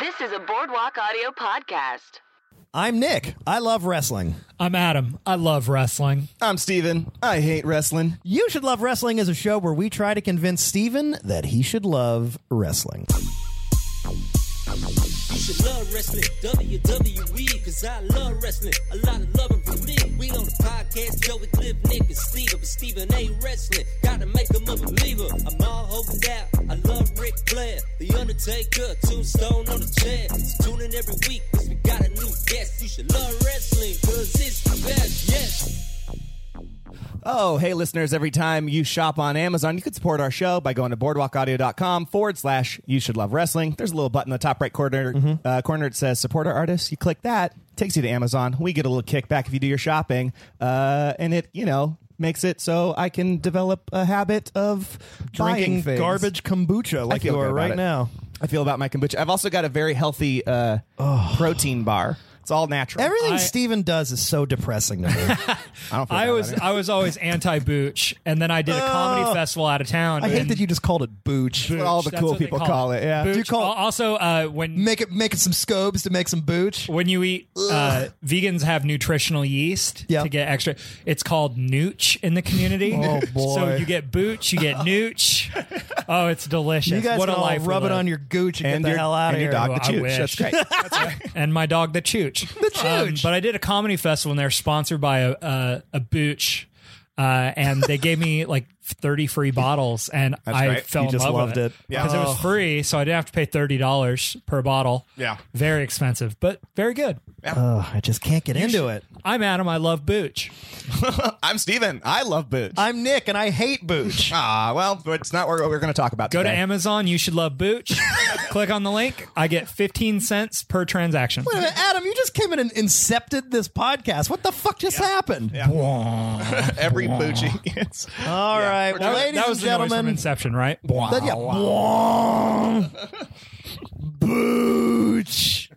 This is a Boardwalk Audio podcast. I'm Nick. I love wrestling. I'm Adam. I love wrestling. I'm Steven. I hate wrestling. You Should Love Wrestling is a show where we try to convince Steven that he should love wrestling. You should love wrestling, WWE, cause I love wrestling. A lot of loving from me. We on the podcast, Joey Cliff, Nick, and Steve, but Steven ain't wrestling. Gotta make him a believer. I'm all holding out. I love Rick Flair, The Undertaker, Tombstone on the chair. So tune in every week, cause we got a new guest. You should love wrestling, cause it's the best, yes. Oh, hey, listeners, every time you shop on Amazon, you could support our show by going to boardwalkaudio.com forward slash you should love wrestling. There's a little button in the top right corner. Mm-hmm. Uh, corner it says support our artists. You click that, takes you to Amazon. We get a little kickback if you do your shopping. Uh, and it, you know, makes it so I can develop a habit of buying Drinking things. garbage kombucha I like feel you good are about right it. now. I feel about my kombucha. I've also got a very healthy uh, protein bar. It's all natural. Everything I- Steven does is so depressing to me. I don't feel I bad was about it. I was always anti Booch, and then I did a comedy festival out of town. Oh. I hate that you just called it booch. That's what all the cool people call, it. Yeah. Do you Booch. call- Al- also, uh, when Make it make it some scobes to make some booch. when you eat, uh, vegans have nutritional yeast Yeah. to get extra. It's called nooch in the community. Oh, So boy. you get booch, you get nooch. Oh, it's delicious. You guys what can a all life we rub it live. on your gooch and, and get the your, hell out and of your here. dog, the Well, I wish. chooch. That's great. That's right. and my dog the Chooch. The Chooch. but I did a comedy festival and they're sponsored by a a, a Booch. Uh, and they gave me like 30 free bottles and I right. fell You in just love loved it. with Oh. it because it was free so I didn't have to pay $30 per bottle. Yeah. Very expensive, but very good. Oh, I just can't get into it. I'm Adam, I love Booch. I'm Steven. I love boots. I'm Nick and I hate booch. Ah, well, but it's not what we're going to talk about Go to today. Amazon, you should love Booch. Click on the link. I get 15 cents per transaction. Wait a minute, Adam, you just came in and incepted this podcast. What the fuck just happened? Every Boochie gets. All right, we're well, doing- ladies and that was the noise from gentlemen, Inception, right? that, yeah, Bwong. Booch.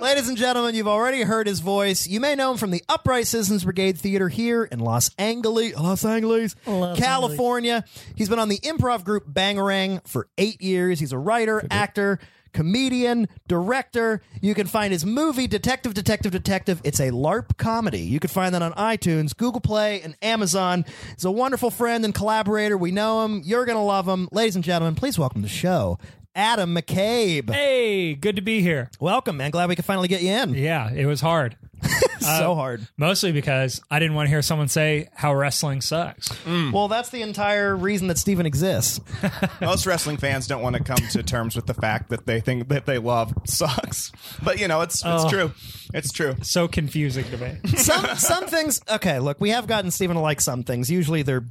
Ladies and gentlemen, you've already heard his voice. You may know him from the Upright Citizens Brigade Theater here in Los Angeles, Los Angeles, California. He's been on the improv group Bangarang for eight years. He's a writer, actor, comedian, director. You can find his movie Detective, Detective, Detective. It's a LARP comedy. You can find that on iTunes, Google Play, and Amazon. He's a wonderful friend and collaborator. We know him. You're gonna love him, ladies and gentlemen. Please welcome to the show, Adam McCabe. Hey, good to be here. Welcome, man. Glad we could finally get you in. Yeah, it was hard. so hard. Mostly because I didn't want to hear someone say how wrestling sucks. Well, that's the entire reason that Steven exists. Most wrestling fans don't want to come to terms with the fact that they think that they love sucks. But you know, it's it's true. It's true. So confusing to me. Some some things. Okay, look, we have gotten Steven to like some things. Usually they're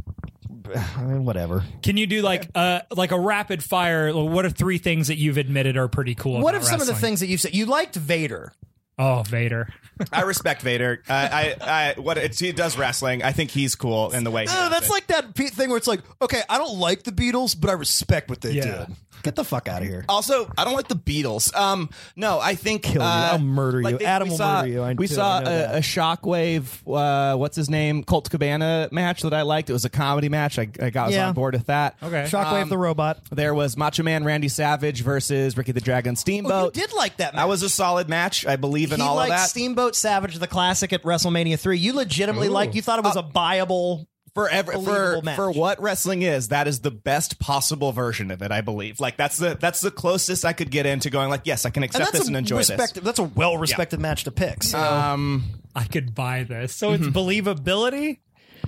I mean, whatever. Can you do like uh like a rapid fire? What are three things that you've admitted are pretty cool? What about if some of the wrestling? things that you said you liked Vader? Oh, Vader. I respect Vader. Uh, I I what it's, he does wrestling. I think he's cool in the way. He Oh, does that's it. like that pe- thing where it's like, okay, I don't like the Beatles, but I respect what they Yeah. did. Get the fuck out of here. Also, I don't like the Beatles. Um, no, I think Kill you. uh, I'll murder you. they- Adam we will saw- murder you. I- we too, saw I know that. a, a shockwave. Uh, what's his name? Colt Cabana match that I liked. It was a comedy match. I, I got was Yeah. on board with that. Okay. Shockwave Um, the robot. There was Macho Man Randy Savage versus Ricky the Dragon Steamboat. Oh, you did like that. That was a solid match. I believe in he all liked of that. Steamboat Savage, the classic at WrestleMania three. You legitimately like. You thought it was Uh, a viable. for ever for Believable match. for what wrestling is that is the best possible version of it i believe like that's the that's the closest i could get into going like yes i can And accept that's this and a enjoy respect- That's a well-respected match to pick. So. this um I could buy this. So it's believability.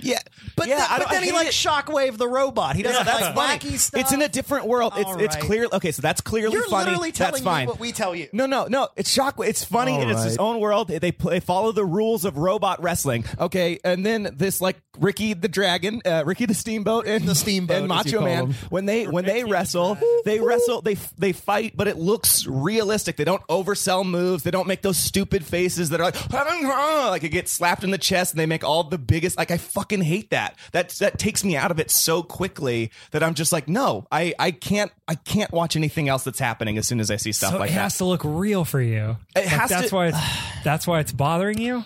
yeah But, yeah, then- but I don't- I then he hate likes it. Shockwave the robot. He doesn't that's like fine. wacky stuff. It's in a different world. It's All it's right. clear. Okay, so that's clearly You're funny. literally telling that's me fine. what we tell you. No, no, no. It's shockwave. It's funny. All and It's its right. own world. They, pl- they follow the rules of robot wrestling. Okay, and then this like Ricky the Dragon, uh, Ricky the Steamboat, and The Steamboat, and as you Macho call Man. him. When they when they wrestle, they wrestle. They f- they fight, but it looks realistic. They don't oversell moves. They don't make those stupid faces that are like like it gets slapped in the chest, and they make all the biggest. Like I fucking hate that. That that takes me out of it so quickly that I'm just like, no, I I can't I can't watch anything else that's happening as soon as I see stuff So like it that. has to look real for you. It has that's to- why it's that's why it's bothering you.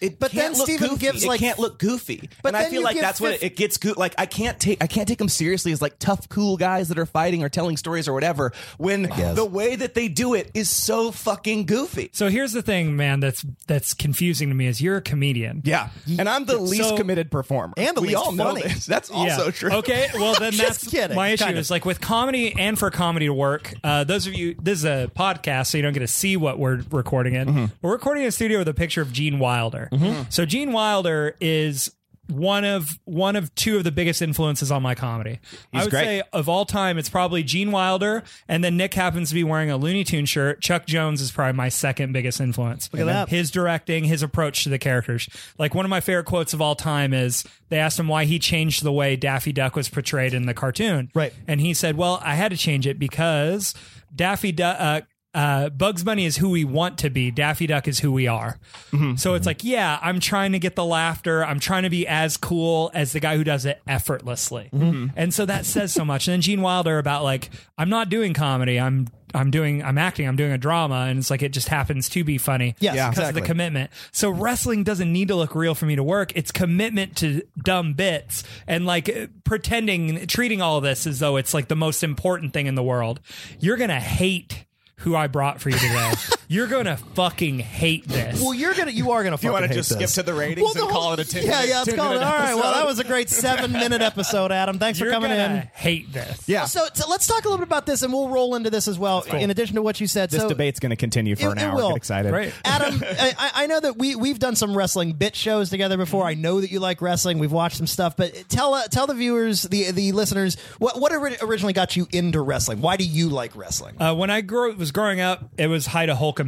It But can't then look Stephen goofy. Gibbs, it like- can't look goofy. But and I then feel you like give that's what fif- it gets good. Like I can't take I can't take them seriously as like tough, cool guys that are fighting or telling stories or whatever. When the way that they do it is so fucking goofy. So here's the thing, man. That's that's confusing to me. Is you're a comedian. Yeah, And I'm the least So- committed performer. And the we least all know funny. this. That's also true. Okay, well then Just that's kidding, my issue kind of. is like with comedy and for comedy to work. Uh, those of you, this is a podcast, so you don't get to see what we're recording in. We're recording in a studio with a picture of Gene Wilder. So Gene Wilder is one of one of two of the biggest influences on my comedy. I would great. say of all time, it's probably Gene Wilder, and then Nick happens to be wearing a Looney Tune shirt. Chuck Jones is probably my second biggest influence. Look at that. his directing, his approach to the characters. Like one of my favorite quotes of all time is they asked him why he changed the way Daffy Duck was portrayed in the cartoon. Right. And he said, "Well, I had to change it because Daffy Duck uh, uh, Bugs Bunny is who we want to be. Daffy Duck is who we are. Mm-hmm. So it's like, yeah, I'm trying to get the laughter. I'm trying to be as cool as the guy who does it effortlessly. Mm-hmm. And so that says so much. And then Gene Wilder about like, I'm not doing comedy. I'm I'm doing I'm acting. I'm doing a drama, and it's like it just happens to be funny. Yes, because of exactly. the commitment. So wrestling doesn't need to look real for me to work. It's commitment to dumb bits and like uh, pretending, treating all this as though it's like the most important thing in the world. You're gonna hate who I brought for you today. You're gonna fucking hate this. Well, you're gonna, you are gonna. you want wanna just skip to the ratings the and whole- call it a 10 Yeah, minute- yeah. Let's 10 call it. minute All right. Well, episode. that was a great seven-minute episode, Adam. Thanks You're for coming gonna in. hate this. Yeah. So, so let's talk a little bit about this, and we'll roll into this as well. In addition to what you said, this so debate's going to continue for It- an it hour. will. Get excited. Right. Adam, I, I- I know that we we've done some wrestling bit shows together before. I know that you like wrestling. We've watched some stuff, but tell uh, tell the viewers, the the listeners, what what ori- originally got you into wrestling? Why do you like wrestling? Uh, when I grew, was growing up, it was height of Hulkamania.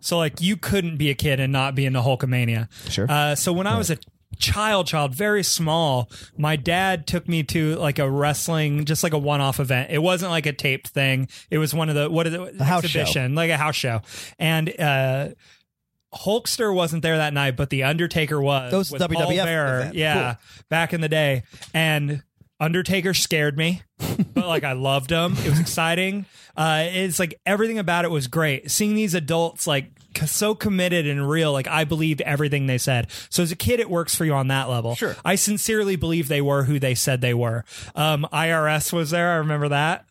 So like you couldn't be a kid and not be into Hulkamania. Sure. Uh, so when I was a child, child, very small, my dad took me to like a wrestling, just like a one-off event. It wasn't like a taped thing. It was one of the what is it? house show. exhibition, like a house show, and. uh Hulkster wasn't there that night, but the Undertaker was. Those with Paul WWF Bearer. event. yeah, back in the day, and Undertaker scared me, but like I loved him. It was exciting. Uh, it's like everything about it was great. Seeing these adults like c- so committed and real, like I believed everything they said. So as a kid, it works for you on that level. Sure, I sincerely believe they were who they said they were. Um, IRS was there. I remember that.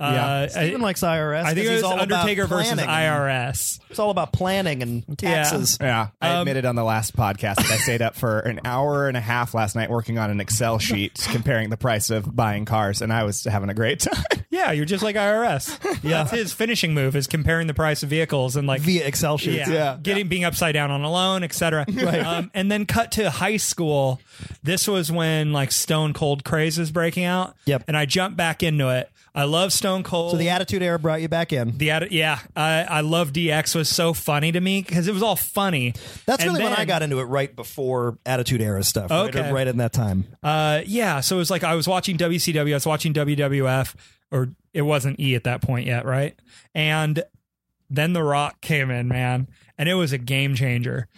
Uh, I, Even Mm-hmm. likes IRS. I 'cause think it he's was all about Undertaker versus planning. IRS. It's all about planning and taxes. Yeah, I admitted on the last podcast that I stayed up for an hour and a half last night working on an Excel sheet comparing the price of buying cars, and I was having a great time. Yeah, you're just like IRS. yeah, that's his finishing move is comparing the price of vehicles and like Via Excel sheets. yeah, getting being upside down on a loan, etc. Um, and then cut to high school. This was when like Stone Cold craze was breaking out. Yep. and I jumped back into it. I love Stone Cold. So the Attitude Era brought you back in. The ad- yeah, I, I love DX was so funny to me because it was all funny. That's And really when then- I got into it, right before Attitude Era stuff. right- Okay. Right, in that time. Uh, yeah, so it was like I was watching WCW, I was watching WWF, or it wasn't E at that point yet, right? And then The Rock came in, man, and it was a game changer.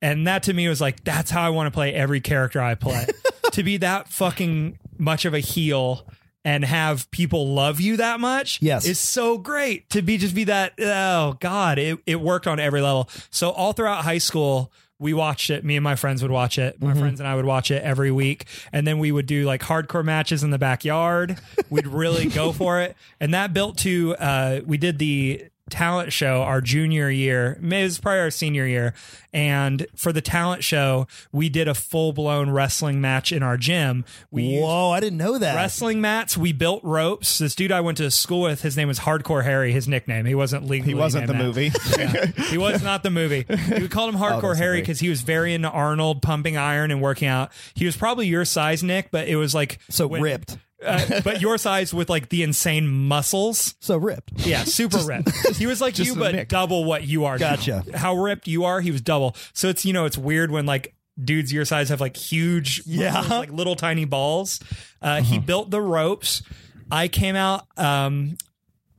And that to me was like, that's how I want to play every character I play. to be that fucking much of a heel and have people love you that much Yes. is so great to be just be that oh god it, it worked on every level so all throughout high school we watched it me and my friends would watch it my friends and i would watch it every week and then we would do like hardcore matches in the backyard we'd really go for it and that built to uh, we did the talent show our junior year maybe it was probably our senior year and for the talent show we did a full-blown wrestling match in our gym we used Whoa, I didn't know that. wrestling mats. We built ropes. This dude I went to school with, his name was Hardcore Harry. His nickname. He wasn't legally. He wasn't named the that. movie. Oh, He was not the movie. We called him Hardcore that's Harry great. because he was very into Arnold, pumping iron and working out. He was probably your size, Nick, but it was like so when- ripped. uh, but your size with like the insane muscles. So ripped. Yeah, super ripped. He was like you, a but Nick. double what you are. Gotcha. How ripped you are, he was double. So it's you know it's weird when like dudes your size have like huge, Yeah. Uh-huh. muscles, like little tiny balls. Uh, He built the ropes. I came out. Um,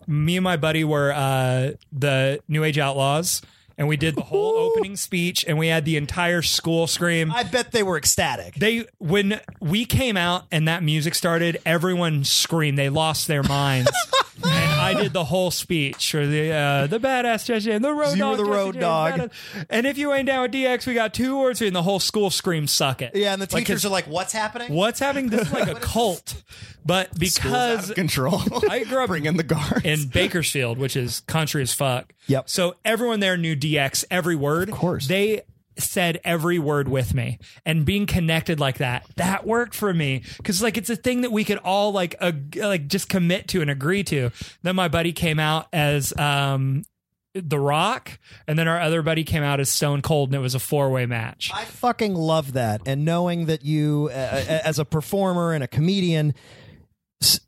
me and my buddy were uh, the New Age Outlaws, and we did the whole opening speech, and we had the entire school scream. I bet they were ecstatic. They when we came out and that music started, everyone screamed. They lost their minds. and I did the whole speech for the uh, the badass Jesse James, the road You dog, were the Jesse road James, dog. badass. And if you ain't down with DX, we got two words for you, and the whole school screams "suck it." Yeah, and the Like, teachers 'cause are like, "What's happening?" "What's happening?" This is like a cult, but because control. I grew up Bring in the guards. in Bakersfield, which is country as fuck. Yep. So everyone there knew DX, every word. Of course. They said every word with me and being connected like that that worked for me because like it's a thing that we could all like ag- like just commit to and agree to then my buddy came out as um the rock and then our other buddy came out as stone cold and it was a four-way match I fucking love that, and knowing that you, uh, as a performer and a comedian, s-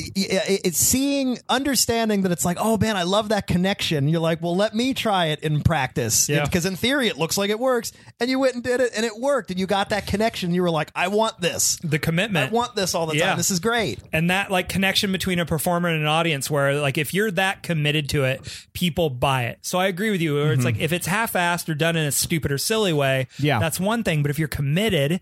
i- i- it's seeing, understanding that it's like, oh man, I love that connection. You're like, well, let me try it in practice, Yeah. because in theory it looks like it works, and you went and did it, and it worked, and you got that connection. You were like, I want this, the commitment I want this all the Yeah. time. This is great. and that like connection between a performer and an audience where like if you're that committed to it people buy it so i agree with you where it's like if it's half-assed or done in a stupid or silly way Mm-hmm. Yeah. that's one thing but if you're committed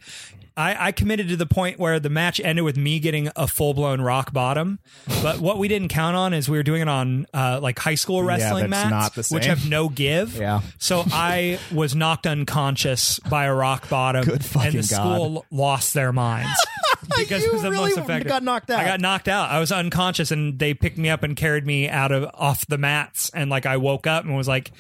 I, I committed to the point where the match ended with me getting a full blown rock bottom, but what we didn't count on is we were doing it on uh, like high school wrestling that's not mats, the which same. have no give. Yeah. So I was knocked unconscious by a rock bottom, Good fucking and the God. school lost their minds because You it was the really most effective. got knocked out. I got knocked out. I was unconscious, and they picked me up and carried me out of off the mats. And like I woke up and was like,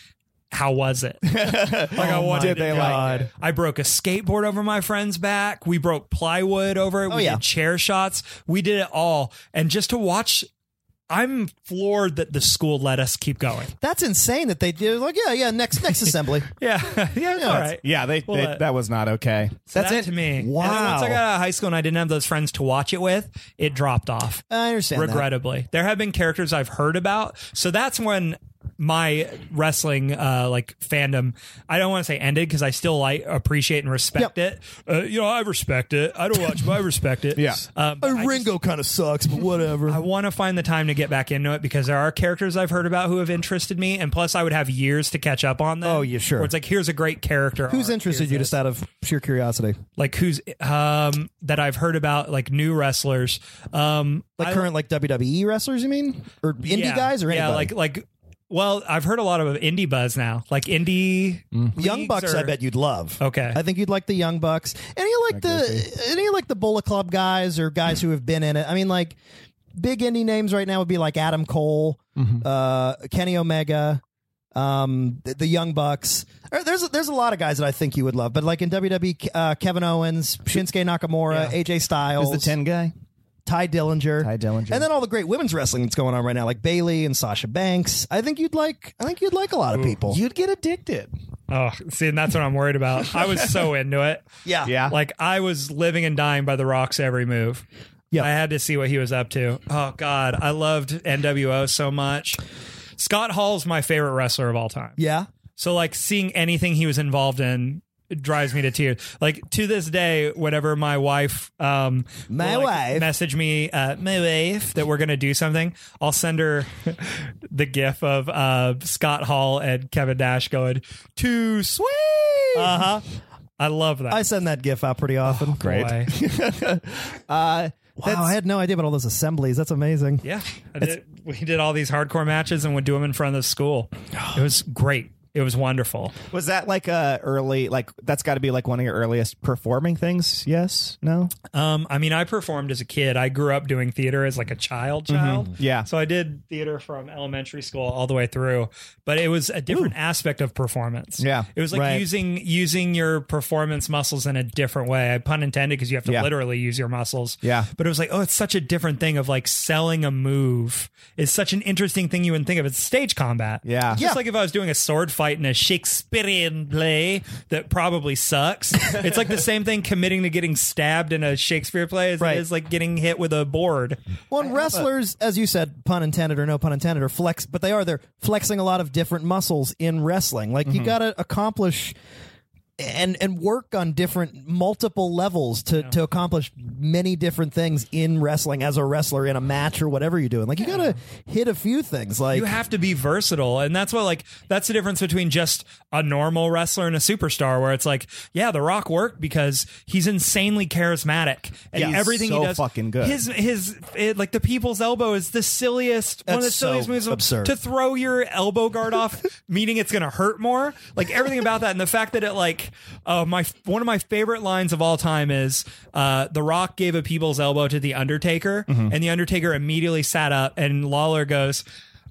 "How was it?" like I wanted. Did to they go. like it? I broke a skateboard over my friend's back. We broke plywood over it. we Oh, yeah. did chair shots. We did it all. And just to watch. I'm floored that the school let us keep going. That's insane that they do. Like, yeah, yeah, next next assembly. Yeah, yeah, it's all right. Yeah, they, Well, they- uh, that was not okay. That's it to me. Wow. And then once I got out of high school and I didn't have those friends to watch it with, it dropped off. I understand. that. regrettably there have been characters i've heard about so that's when my wrestling uh like fandom i don't want to say ended because i still like appreciate and respect it uh, you know i respect it i don't watch but i respect it Yeah. um, but I, Ringo kind of sucks, but whatever. I want to find the time to get back into it because there are characters I've heard about who have interested me, and plus I would have years to catch up on them. Oh, yeah, sure. Where it's like here's a great character. Who's arc. interested you just out of sheer curiosity? Like who's um that I've heard about like new wrestlers. Um, Like I- current like WWE wrestlers, you mean, or indie Yeah. guys, or anybody? yeah, like like. Well, I've heard a lot of indie buzz now, like indie Mm. Young leagues Bucks. or- I bet you'd love. Okay. I think you'd like the Young Bucks. Any of, like the any of, like the Bullet Club guys or guys who have been in it. I mean, like big indie names right now would be like Adam Cole, uh, Kenny Omega. Um, the, the Young Bucks. Or There's a, there's a lot of guys that I think you would love, but like in WWE, uh, Kevin Owens, Shinsuke Nakamura, AJ Styles, Who's the 10 guy? Ty Dillinger. Ty Dillinger. And then all the great women's wrestling that's going on right now, like Bailey and Sasha Banks. I think you'd like I think you'd like a lot of people. You'd get addicted. Oh, see, and that's what I'm worried about. I was so into it. yeah. Yeah. Like I was living and dying by the rocks every move. Yeah. I had to see what he was up to. Oh God. I loved NWO so much. Scott Hall's my favorite wrestler of all time. Yeah. So like seeing anything he was involved in it drives me to tears. Like to this day, whenever my wife, um, My will, like, wife. message me, uh, my wife, that we're gonna do something, I'll send her the gif of uh, Scott Hall and Kevin Nash going to sweet. Uh huh. I love that. Uh-huh. I send that gif out pretty often. Uh, Great. boy. Wow, I had no idea about all those assemblies. That's amazing. Yeah, I did, we did all these hardcore matches and would do them in front of the school. It was great. It was wonderful. Was that like a early, like, that's got to be like one of your earliest performing things? Yes? No? Um, I mean, I performed as a kid. I grew up doing theater as like a child, child. Mm-hmm. Yeah. So I did theater from elementary school all the way through, but it was a different aspect of performance. Yeah. It was like Right. using using your performance muscles in a different way. I pun intended because you have to Yeah. literally use your muscles. Yeah. But it was like, oh, it's such a different thing of like selling a move is such an interesting thing you wouldn't think of. It's stage combat. Yeah. Just Yeah. like if I was doing a sword fight in a Shakespearean play that probably sucks. it's like the same thing committing to getting stabbed in a Shakespeare play as Right. it is like getting hit with a board. Well, and wrestlers, as you said, pun intended or no pun intended, are flex, but Mm-hmm. they are they're flexing a lot of different muscles in wrestling. Like you got to accomplish and and work on different multiple levels to to accomplish many different things in wrestling as a wrestler in a match or whatever you're doing. Like you gotta hit a few things. Like you have to be versatile and that's what like that's the difference between just a normal wrestler and a superstar where it's like yeah the rock worked because he's insanely charismatic and Yeah, he's everything so he does fucking good. his his it, like the people's elbow is the silliest one of the That's so silliest moves of- absurd. to throw your elbow guard off meaning it's gonna hurt more like everything about that and the fact that it like uh my one of my favorite lines of all time is uh the rock gave a people's elbow to the undertaker Mm-hmm. and the undertaker immediately sat up and lawler goes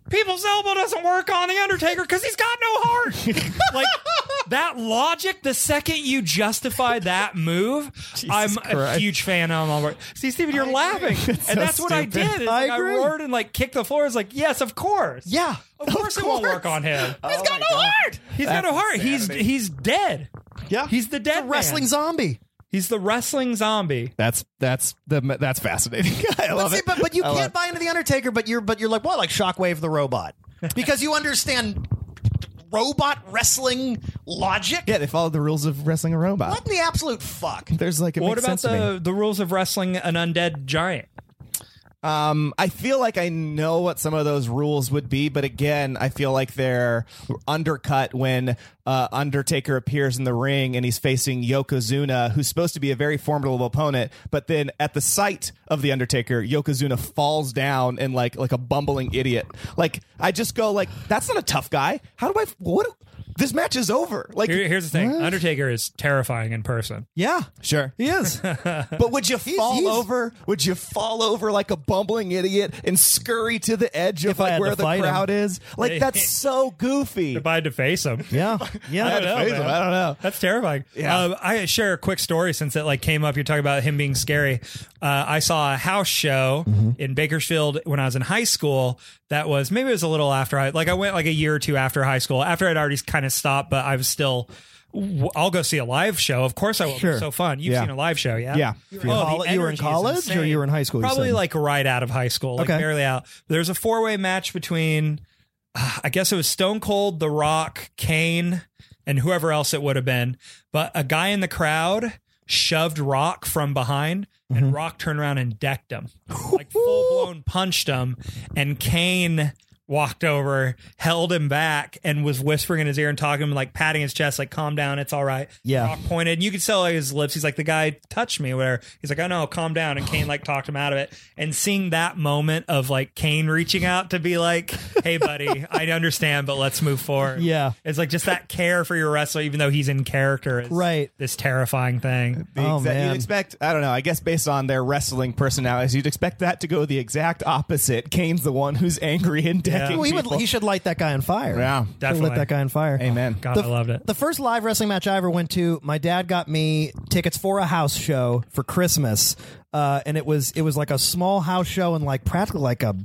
People's elbow doesn't work on the Undertaker because he's got no heart. like that logic, the second you justify that move, I'm a huge fan of. I'm all- See, Steven, you're laughing, and that's what I stupid. did. It's I like, agree. roared and like kicked the floor. It's like, yes, of course, yeah. of, course, it won't work on him. He's got no heart. He's got no heart. He's he's dead. Yeah. he's the dead man. Wrestling zombie. He's the wrestling zombie. That's that's the that's fascinating. I love But, see, it. but but you I love can't buy into the Undertaker, but you're but you're like, well, like Shockwave the robot. Because you understand robot wrestling logic. Yeah, they followed the rules of wrestling a robot. What in the absolute fuck? There's like it What makes about sense to me. the the rules of wrestling an undead giant? Um, I feel like I know what some of those rules would be, but again, I feel like they're undercut when uh, Undertaker appears in the ring and he's facing Yokozuna, who's supposed to be a very formidable opponent. But then at the sight of the Undertaker, Yokozuna falls down and like like a bumbling idiot. Like I just go like, that's not a tough guy. How do I? What? This match is over. Like Here- here's the thing: Undertaker is terrifying in person. yeah, Sure. He is. But would you fall he's- over? Would you fall over like a bumbling idiot and scurry to the edge of If I had like where to the fight him. crowd is? Like that's so goofy. If I had to face him. Yeah. I Yeah. don't know, Face him, man. I don't know. That's terrifying. Yeah. Um, I share a quick story since it like came up. You're talking about him being scary. Uh, I saw a house show Mm-hmm. in Bakersfield when I was in high school. That was maybe it was a little after I like I went like a year or two after high school. After I'd already kind of stopped, but I was still. w- I'll go see a live show. Of course, I will. Sure. It's so fun. You've Yeah. seen a live show, yeah? Oh, Yeah. You were in colle- you were in college or you were in high school, you Probably said? like right out of high school, like Okay. barely out. There's a four way match between uh, I guess it was Stone Cold, The Rock, Kane, and whoever else it would have been. But a guy in the crowd shoved Rock from behind, Mm-hmm. and Rock turned around and decked him, like full blown punched him. And Kane walked over, held him back, and was whispering in his ear and talking to him, like patting his chest, like "Calm down, it's all right." Yeah. Rock pointed, and you could tell like, his lips. He's like, "The guy touched me," or whatever. He's like, "Oh no, calm down." And Kane like talked him out of it. And seeing that moment of like Kane reaching out to be like, "Hey, buddy, I understand, but let's move forward." Yeah. it's like just that care for your wrestler, even though he's in character, is Right. This terrifying thing. The Oh, exact- man. You'd expect, I don't know, I guess based on their wrestling personalities, you'd expect that to go the exact opposite. Kane's the one who's angry and decking Well, he, would, people. he should light that guy on fire. Yeah. Should Definitely. Lit that guy on fire. Amen. God, I loved it. The first live wrestling match I ever went to, my dad got me tickets for a house show for Christmas, uh, and it was it was like a small house show and like practically like a.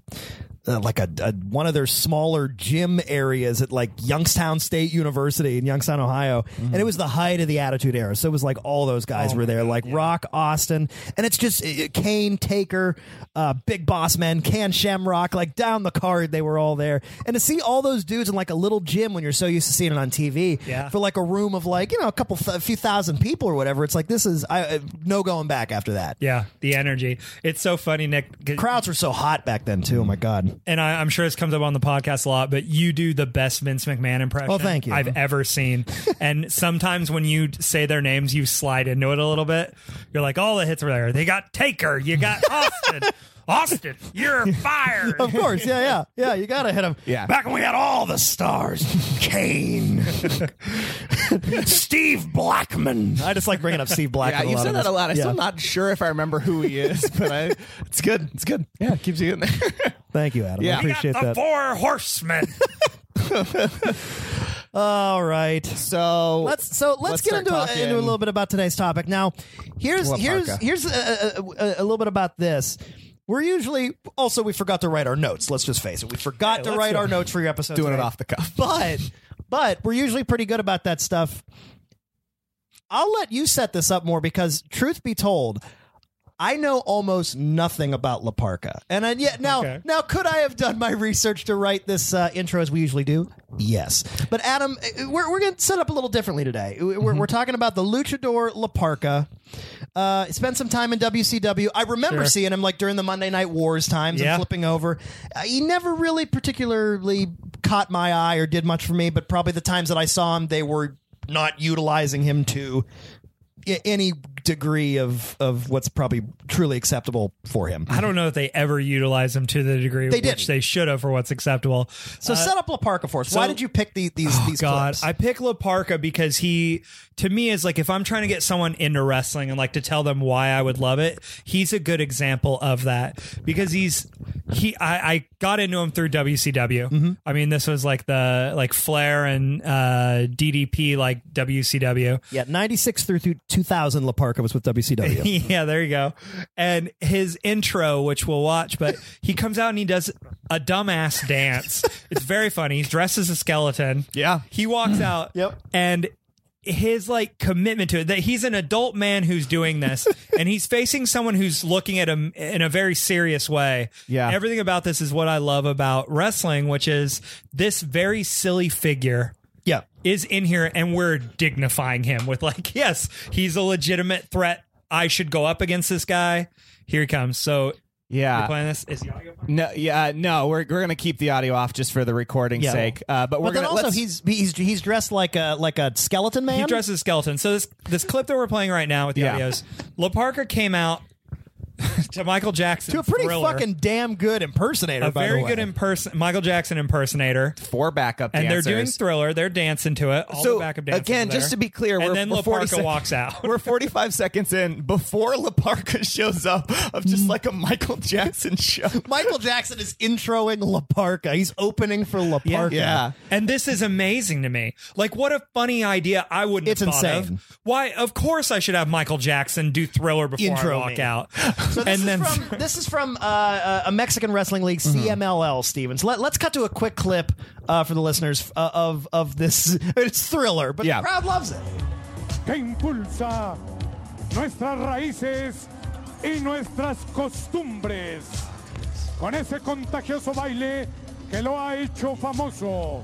Uh, like a, a one of their smaller gym areas at like Youngstown State University in Youngstown, Ohio, Mm-hmm. and it was the height of the Attitude Era. So it was like all those guys were there, like Rock Austin, and it's just uh, uh, Kane, Taker, uh, Big Boss Man, Can Shamrock, like down the card, they were all there. And to see all those dudes in like a little gym when you're so used to seeing it on TV, Yeah. for like a room of like you know a couple th- a few thousand people or whatever. It's like this is I, uh, no going back after that. Yeah, the energy. It's so funny, Nick. 'cause- Crowds were so hot back then too. Oh my god. and I, I'm sure this comes up on the podcast a lot, but you do the best Vince McMahon impression Well, thank you. I've ever seen. and sometimes when you say their names, you slide into it a little bit. You're like, all the hits were there. They got Taker. You got Austin. Austin, you're fired. Of course, yeah, yeah, yeah. You gotta hit him. Yeah. Back when we had all the stars, Kane, Steve Blackman. I just like bringing up Steve Yeah, Blackman. you've lot said in that this. a lot. I'm Yeah. still not sure if I remember who he is, but I, it's good. It's good. Yeah, it keeps you in there. Thank you, Adam. I Yeah. We got appreciate the that. four horsemen. all right. So let's so let's, get start into a, talking. into a little bit about today's topic. Now, here's What, here's Parker? here's a, a, a, a little bit about this. We're usually also we forgot to write our notes. Let's just face it, we forgot to write our notes for your episode. doing it today. off the cuff. but but we're usually pretty good about that stuff. I'll let you set this up more because, truth be told, I know almost nothing about La Parca, and I, yet now Okay. now could I have done my research to write this uh, intro as we usually do? Yes, but Adam, uh, we're we're gonna set up a little differently today. Uh, We're, Mm-hmm. we're talking about the Luchador La Parca. Uh, spent some time in WCW. I remember Sure. seeing him like during the Monday Night Wars times Yeah. and flipping over. Uh, he never really particularly caught my eye or did much for me, but probably the times that I saw him, they were not utilizing him to i- any degree of of what's probably truly acceptable for him. I don't know if they ever utilize them to the degree They which didn't. they should have for what's acceptable. So set up La Parca for us. Why did you pick the, these these uh, Oh, God, clips? I pick La Parca because he, to me, is like if I'm trying to get someone into wrestling and like to tell them why I would love it, he's a good example of that because he's he. I, I got into him through WCW. Mm-hmm. I mean, this was like the like Flair and uh, DDP like WCW. yeah, ninety six through two- two thousand. La Parca was with WCW. yeah, there you go. And his intro, which we'll watch, but he comes out and he does a dumbass dance. it's very funny. He's dressed as a skeleton. Yeah. He walks out. Yep. And his like commitment to it that he's an adult man who's doing this and he's facing someone who's looking at him in a very serious way. Yeah. Everything about this is what I love about wrestling, which is this very silly figure yeah, is in here and we're dignifying him with like yes he's a legitimate threat i should go up against this guy here he comes so Yeah. you're playing this is the audio fine? No, yeah, Uh, no. We're we're gonna keep the audio off just for the recording's Yeah. sake. Uh, but we're but then gonna also let's- he's he's he's dressed like a like a skeleton man. he dresses as skeleton so this this clip that we're playing right now with the Yeah. audios la parker came out to michael jackson to a pretty Thriller, fucking damn good impersonator. a by the very way. good imperson michael jackson impersonator four backup and dancers. they're doing thriller they're dancing to it all so the backup dancers again, are there. just to be clear, and we're, then we're la 40 parker sec- walks out We're 45 seconds in before Laparca shows up of just like a Michael Jackson show. Mm. Michael Jackson is introing La Parca. He's opening for La Parca. Yeah. And this is amazing to me. Like, what a funny idea I wouldn't It's have thought insane. of. Why, of course, I should have Michael Jackson do Thriller before Intro I walk me. out. So this and is then Mm-hmm. from this is from uh, uh, a Mexican wrestling league, CMLL. Stevens, let, us cut to a quick clip uh, for the listeners uh, of of this. It's thriller, but Yeah. the crowd loves it. que impulsa nuestras raíces y nuestras costumbres. Con ese contagioso baile que lo ha hecho Oh, famoso.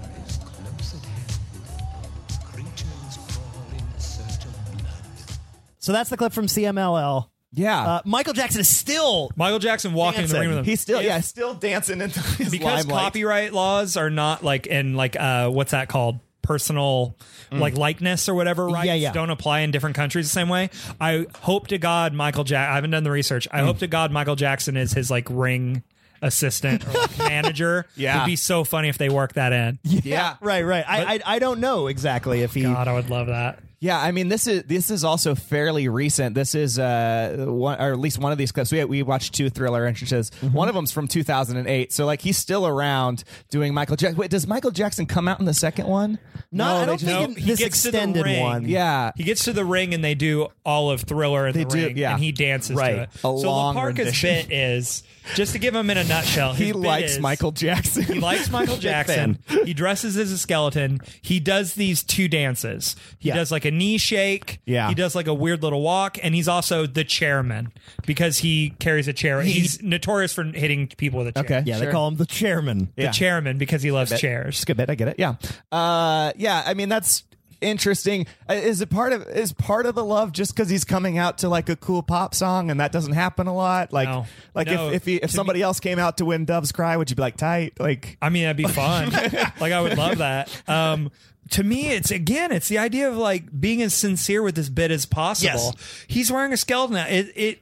So that's the clip from CMLL. Yeah. Uh, Michael Jackson is still Michael Jackson walking in the ring Dancing. with him. He's still, yeah, still dancing in the, his because limelight. copyright laws are not like in like uh what's that called personal like likeness or whatever rights Mm. Yeah, yeah. don't apply in different countries the same way i hope to god michael jack i haven't done the research Mm. i hope to god michael jackson is his like ring assistant or like, manager Yeah. it'd be so funny if they work that in Yeah. right, right. I, I I don't know exactly if he. god i would love that Yeah, I mean this is this is also fairly recent. This is uh one or at least one of these clips. We we watched two thriller entrances. Mm-hmm. One of them's from 2008. So like he's still around doing Michael Jackson. Wait, does Michael Jackson come out in the second one? No, Oh, I don't think No, in he this gets to the extended ring. one. Yeah. He gets to the ring and they do all of Thriller in They the do, ring, yeah. and he dances Right. to it. A so long Laparca's rendition. bit is just to give him in a nutshell. his He bit likes is- Michael Jackson. He likes Michael Jackson. he dresses as a skeleton. He does these two dances. He Yeah. does like a knee shake. Yeah. He does like a weird little walk, and he's also the chairman because he carries a chair. he's notorious for hitting people with a chair. Okay. yeah, they sure. call him the chairman. The chairman because he loves chairs. Just a bit. I get it. Yeah. Uh, yeah. I mean, that's interesting. Uh, Is it part of is part of the love just because he's coming out to like a cool pop song and that doesn't happen a lot? Like, No. like No, if if, he, if to somebody else came out to win Doves Cry, would you be like tight? Like, I mean, that'd be fun. like I would love that. Um, to me, it's again, it's the idea of like being as sincere with this bit as possible. He's wearing a skeleton. hat. It, it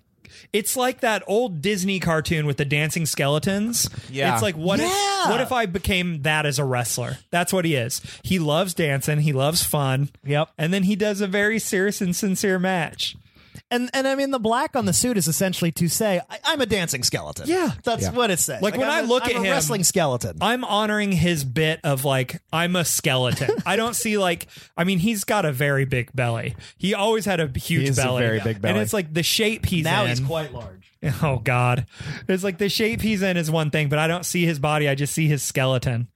it's like that old Disney cartoon with the dancing skeletons. Yeah. it's like what if Yeah. what if I became that as a wrestler? That's what he is. He loves dancing. He loves fun. Yep. And then he does a very serious and sincere match. And and I mean the black on the suit is essentially to say I, I'm a dancing skeleton. Yeah. that's Yeah. what it says. Like, when I'm I a- look I'm at a him- wrestling skeleton. I'm honoring his bit of like I'm a skeleton. I don't see like I mean he's got a very big belly. He always had a huge He is a belly, very big belly. and it's like the shape he's now in. he's quite large. oh god, it's like the shape he's in is one thing, but I don't see his body. I just see his skeleton,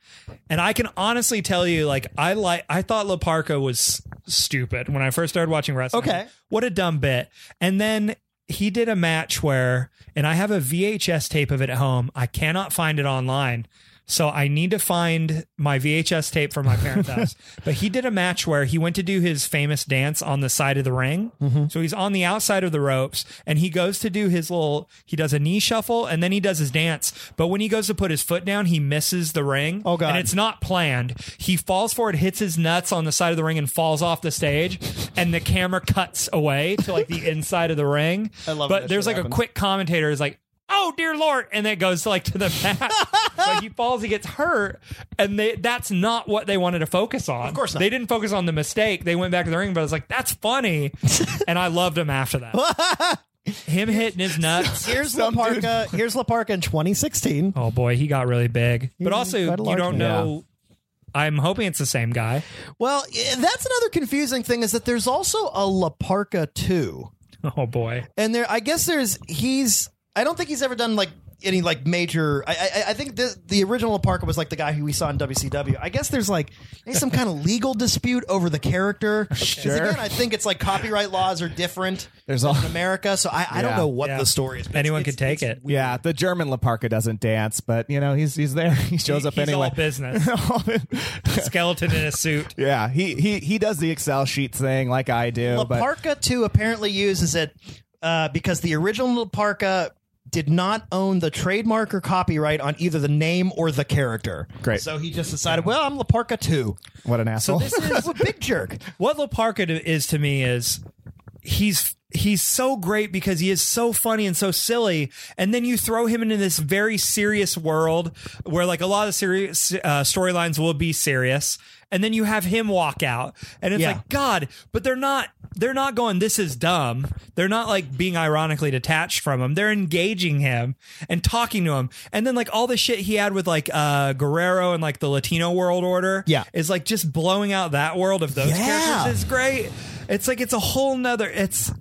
and I can honestly tell you like I like I thought Laparca was stupid when I first started watching wrestling. Okay. what a dumb bit, and then. he did a match where, and I have a VHS tape of it at home. I cannot find it online. So I need to find my VHS tape from my parents' house. But he did a match where he went to do his famous dance on the side of the ring. Mm-hmm. So he's on the outside of the ropes and he goes to do his little, he does a knee shuffle and then he does his dance. But when he goes to put his foot down, he misses the ring. Oh, God. And it's not planned. He falls forward, hits his nuts on the side of the ring, and falls off the stage. And the camera cuts away to like the inside of the ring. I love when But that there's shit like happens. a quick commentator is like, "Oh dear lord," and then it goes to like to the mat. but he falls, he gets hurt, and they, that's not what they wanted to focus on. Of course not. they didn't focus on the mistake. They went back to the ring, but I was like, "That's funny," and I loved him after that. Him hitting his nuts. Here's Laparca. Here's Laparca in 2016. Oh boy, he got really big. But also, you quite a large don't man. know. I'm hoping it's the same guy. Well, eh, that's another confusing thing is that there's also a Laparca two, Oh boy. and there. I guess there's he's. I don't think he's ever done like any like major. I I, I think the the original Laparca was like the guy who we saw in WCW. I guess there's like maybe some kind of legal dispute over the character. 'Cause Sure. Again, I think it's like copyright laws are different There's all. in America, so I, I don't Yeah. know what Yeah. the story is. but Anyone it's- could take it's- it. Yeah, the German Laparca doesn't dance, but you know he's he's there. He shows up He's anyway. all business. Skeleton in a suit. yeah, he he he does the Excel sheet thing like I do. but Laparca too apparently uses it uh, because the original Laparca did not own the trademark or copyright on either the name or the character. Great. Oh. So he just decided, well, I'm Laparca too. what an asshole! this is- That's a big jerk. what Laparca to- is to me is he's he's so great because he is so funny and so silly and then you throw him into this very serious world where like a lot of serious uh, storylines will be serious and then you have him walk out and it's Yeah. like god but they're not they're not going this is dumb they're not like being ironically detached from him they're engaging him and talking to him and then like all the shit he had with like uh guerrero and like the latino world order Yeah. is like just blowing out that world of those Yeah. characters is great. It's like it's a whole nother. It's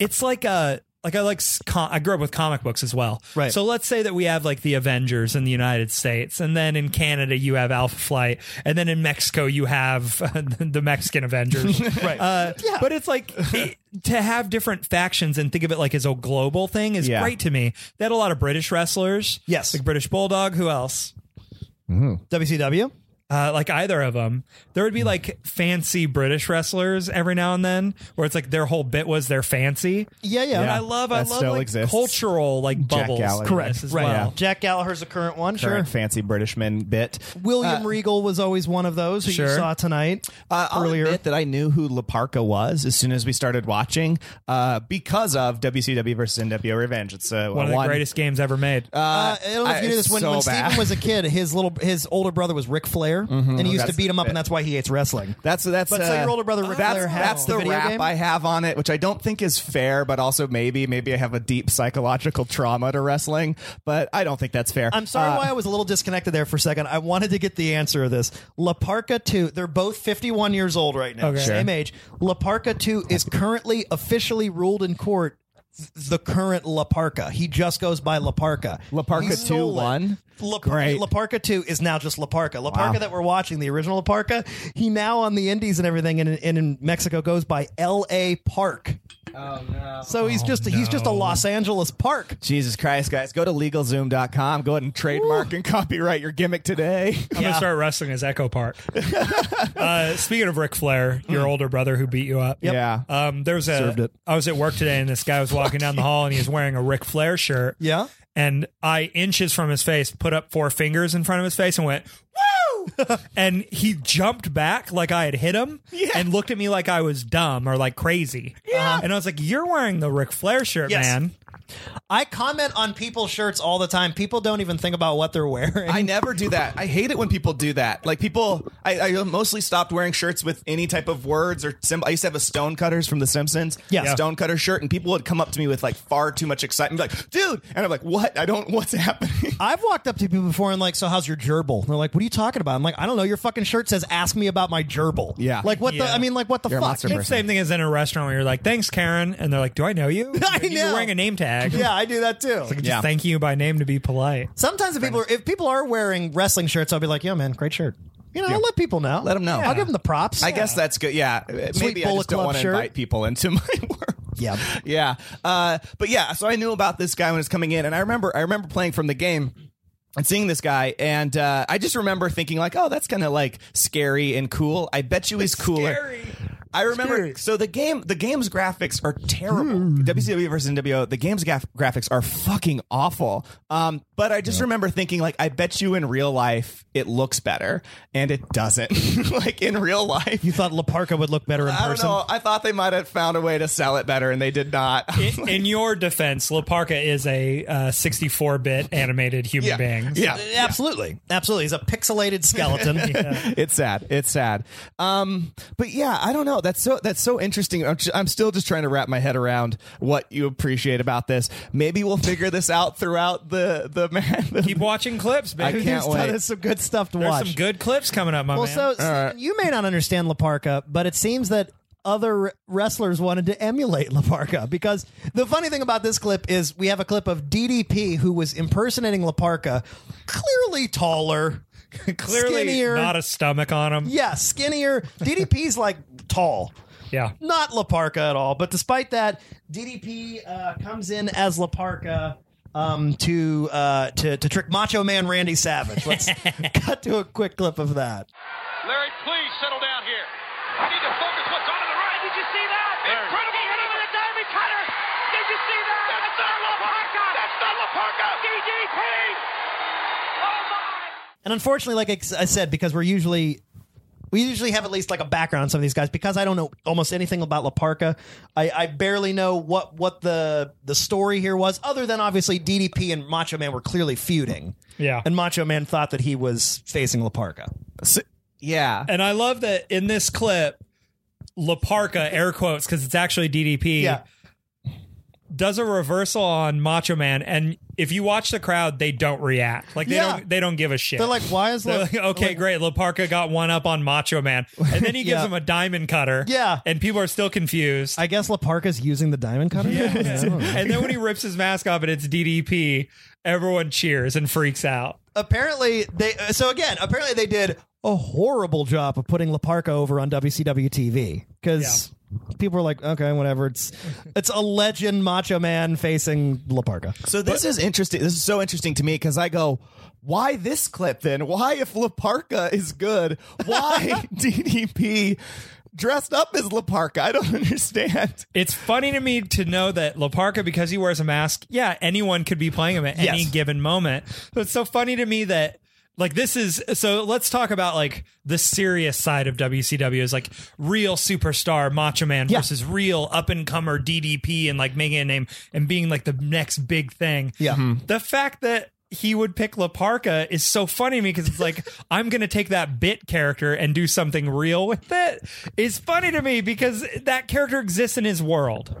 it's like a like I like s- com- I grew up with comic books as well. Right. So let's say that we have like the Avengers in the United States, and then in Canada you have Alpha Flight, and then in Mexico you have the Mexican Avengers. right. Uh, But it's like it- to have different factions and think of it like as a global thing is Yeah. great to me. They had a lot of British wrestlers. Yes. Like British Bulldog. Who else? WCW. uh, like either of them. There would be like fancy British wrestlers every now and then, where it's like their whole bit was their fancy. Yeah, yeah. I love, I that love still like exists. cultural like bubbles. Gallagher. in Correct. this as Right. well. Jack Gallagher's a current one. Current Sure. fancy Britishman bit. William Regal was always one of those who you Sure. saw tonight Uh, I'll earlier. admit that I knew who Laparca was as soon as we started watching uh, because of WCW versus NWO Revenge. It's uh, One of the greatest games ever made. Uh, I don't know if I- you knew this. it's When, so when bad. Mm-hmm. Steven was a kid, his little his older brother was Ric Flair, and he used to That's- beat him up, and that's why he hates wrestling. That's that's. But uh, so your older brother Ric that's, Flair had that's the the, video rap game? I have on it, which I don't think is fair, but also maybe maybe I have a deep psychological trauma to wrestling, but I don't think that's fair. I'm sorry Uh, why I was a little disconnected there for a second. I wanted to get the answer of this. Laparca 2, they're both 51 years old right now, Okay. same age. Laparca 2 is currently officially ruled in court th- the current Laparca. He just goes by Laparca. Laparca He 2 stole it. won? Lap- Great. Laparca 2 is now just Laparca. Laparca that we're watching, the original Laparca, he now on the Indies and everything and, in- and in Mexico goes by L.A. Park. Oh no. So he's just he's just a no. Los Angeles park. Jesus Christ, guys, go to legalzoom.com, go ahead and trademark and copyright your gimmick today. I'm gonna start wrestling as Echo Park. uh, speaking of Ric Flair, your Mm. older brother who beat you up. Yeah. Um, there was Served a. it. I was at work today, and this guy was walking down the hall, and he was wearing a Ric Flair shirt. Yeah. And I inches from his face, put up four fingers in front of his face, and went woo, and he jumped back like I had hit him, and looked at me like I was dumb or like crazy. Yeah. And I was like, "You're wearing the Ric Flair shirt, Yes. man." I comment on people's shirts all the time. People don't even think about what they're wearing. I never do that. I hate it when people do that. Like people, I, I mostly stopped wearing shirts with any type of words or symbol. I used to have a stonecutters from The Simpsons, Yeah. Yeah. stonecutter shirt, and people would come up to me with like far too much excitement, be like, "Dude," and I'm like, "What? I don't. What's happening?" I've walked up to people before and like, so how's your gerbil? And they're like, what are you talking about? I'm like, I don't know. Your fucking shirt says, ask me about my gerbil. Yeah. Like what the? Yeah. I mean, like what the You're a fuck? monster It's the same thing as in a restaurant where you're like, "Thanks, Karen," and they're like, "Do I know you?" I You're know. wearing a name tag. yeah, I do that too. Just Yeah. thank you by name to be polite. Sometimes if people are, if people are wearing wrestling shirts, I'll be like, yo, man, great shirt. You know, I'll let people know. Let 'em know. I'll give them the props. I guess that's good. Yeah, maybe I Bullet just don't Club want to shirt. invite people into my world. Yeah. yeah. Uh, but yeah, so I knew about this guy when it was coming in, and I remember I remember playing from the game and seeing this guy, and uh, I just remember thinking like, oh, that's kind of like scary and cool. I bet you he's cooler. I remember. So the game, the game's graphics are terrible. Hmm. WCW versus NWO. The game's graph- graphics are fucking awful. Um, but I just remember thinking, like, I bet you in real life it looks better, and it doesn't. like in real life, You thought Laparca would look better in I don't person? know. I thought they might have found a way to sell it better, and they did not. In, in your defense, Loparca is a uh, 64-bit animated human being. yeah, Absolutely. Absolutely. He's a pixelated skeleton. it's sad. It's sad. Um, but yeah, I don't know. That's so that's so interesting. I'm, ju- I'm still just trying to wrap my head around what you appreciate about this. Maybe we'll figure this out throughout the the man. Keep watching clips, I baby. can't wait. There's some good stuff to There's watch. some good clips coming up, my well, man. so s- you may not understand Laparca, but it seems that other wrestlers wanted to emulate Laparca because the funny thing about this clip is we have a clip of DDP who was impersonating Laparca, clearly taller, Clearly skinnier. not a stomach on him. yeah, skinnier. DDP's like tall. Yeah. Not Laparca at all, but despite that, DDP uh, comes in as Laparca um, to uh, to to trick Macho Man Randy Savage. Let's cut to a quick clip of that. Larry, please settle down here. I need to focus what's on to the right. Did you see that? Incredible. He hit him with a diamond cutter. Did you see that? That's, not LaParca. That's not LaParca. DDP. Oh, my. And unfortunately, like I s- I said, because we're usually we usually have at least like a background on some of these guys. Because I don't know almost anything about La Parca, I, I barely know what what the the story here was, other than obviously DDP and Macho Man were clearly feuding. Yeah. and Macho Man thought that he was facing La Parca. yeah, And I love that in this clip, Laparca, air quotes, because it's actually DDP, Yeah. does a reversal on Macho Man. And if you watch the crowd, they don't react. Like they Yeah. don't they don't give a shit. They're like, why is They're La- like, okay, great. Laparca got one up on Macho Man. And then he gives Yeah. him a diamond cutter. Yeah. And people are still confused. I guess La Parca's using the diamond cutter. I don't know. and then when he rips his mask off and it's DDP, everyone cheers and freaks out. apparently they uh, so again apparently they did a horrible job of putting Laparca over on WCW TV because people were like, okay, whatever. It's it's a legend Macho Man facing Laparca. So this is interesting. This is so interesting to me because I go, why this clip then? Why if Laparca is good, why DDP dressed up as Laparca? I don't understand. It's funny to me to know that Laparca, because he wears a mask, yeah, anyone could be playing him at any Yes. given moment. So it's so funny to me that like this is so let's talk about like the serious side of WCW is like real superstar Macho Man versus real up and comer DDP and like making a name and being like the next big thing. Yeah. The fact that he would pick Laparca is so funny to me because it's like I'm gonna take that bit character and do something real with it. It's funny to me because that character exists in his world.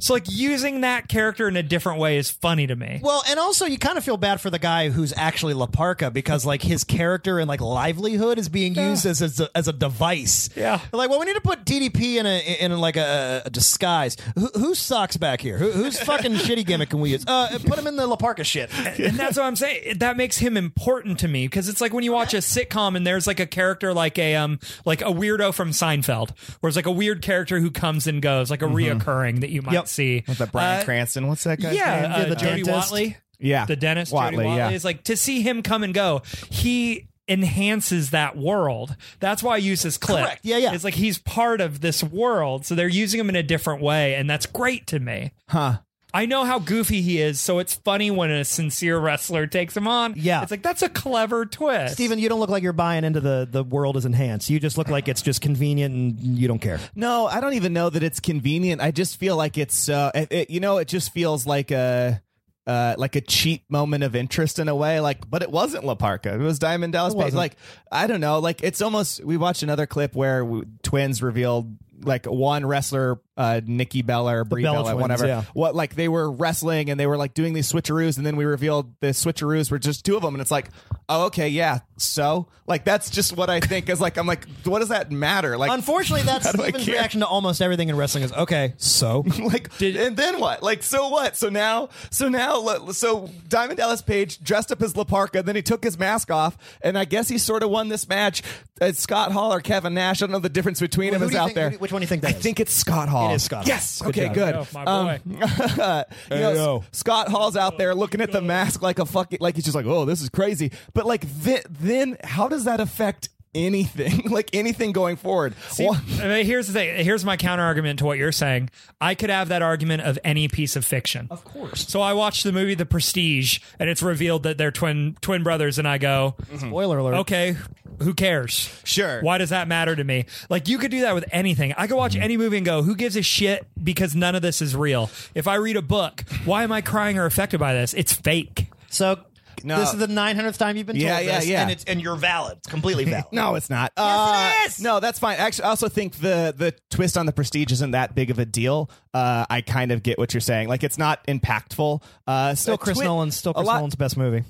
So like using that character in a different way is funny to me. Well, and also you kind of feel bad for the guy who's actually Laparca because like his character and like livelihood is being used as as a, as a device. Yeah. Like, well, we need to put DDP in a in like a, a disguise. Who, who sucks back here? Who, whose fucking shitty gimmick can we use? Uh, put him in the Laparca shit. and that's what I'm saying. That makes him important to me because it's like when you watch a sitcom and there's like a character like a um like a weirdo from Seinfeld, where it's like a weird character who comes and goes, like a reoccurring that you might Yep. see. Mm-hmm. With the Brian Uh, Cranston, what's that guy? yeah, uh, the Jody dentist. Watley. Yeah. the dentist Jody Watley, Watley yeah. is like to see him come and go. He enhances that world. That's why I use this clip. Correct. Yeah, yeah. It's like he's part of this world, so they're using him in a different way, and that's great to me. Huh. I know how goofy he is, so it's funny when a sincere wrestler takes him on. Yeah. It's like that's a clever twist. Steven, you don't look like you're buying into the the world is enhanced. You just look like it's just convenient and you don't care. No, I don't even know that it's convenient. I just feel like it's uh, it, it- you know, it just feels like a uh, like a cheap moment of interest in a way. Like, but it wasn't Laparca. It was Diamond Dallas Page. wasn't. Like, I don't know. Like, it's almost. We watched another clip where we, twins revealed like one wrestler, uh, Nikki Bella or Brie Bella Bella, twins, whatever. yeah. What like they were wrestling and they were like doing these switcheroos, and then we revealed the switcheroos were just two of them, and it's like, oh okay, yeah. So like that's just what I think is like. I'm like, what does that matter? Like, Unfortunately, that's How do I Steven's care? reaction to almost everything in wrestling is okay. So like and then what like so what so now so now le- so diamond dallas page dressed up as laparca then he took his mask off and i guess he sort of won this match Uh, scott hall or kevin nash i don't know the difference between Who them do is you out think- there who do- which Which one do you think that I is? think it's Scott Hall. It is Scott Hall. Yes. okay. job. Good. Yeah, my boy. you know, S- Scott Hall's out there looking at the mask like a fucking like he's just like, oh, this is crazy. But like thi- then, how does that affect anything? like anything going forward? Well, I mean, here's the thing. Here's my counter argument to what you're saying. I could have that argument of any piece of fiction. Of course. So I watched the movie The Prestige, and it's revealed that they're twin twin brothers, and I go, Spoiler alert. okay, who cares? Sure. Why does that matter to me? Like you could do that with anything. I could watch any movie and go, who gives a shit? Because none of this is real. If I read a book, why am I crying or affected by this? It's fake. So No. this is the 900th time you've been Yeah, told yeah, this, yeah. and it's and you're valid. It's completely valid. No, it's not. uh, No, that's fine. Actually, I also think the the twist on the prestige isn't that big of a deal. Uh, I kind of get what you're saying. Like, it's not impactful. Uh, Still Chris Nolan's still Chris Nolan's best movie.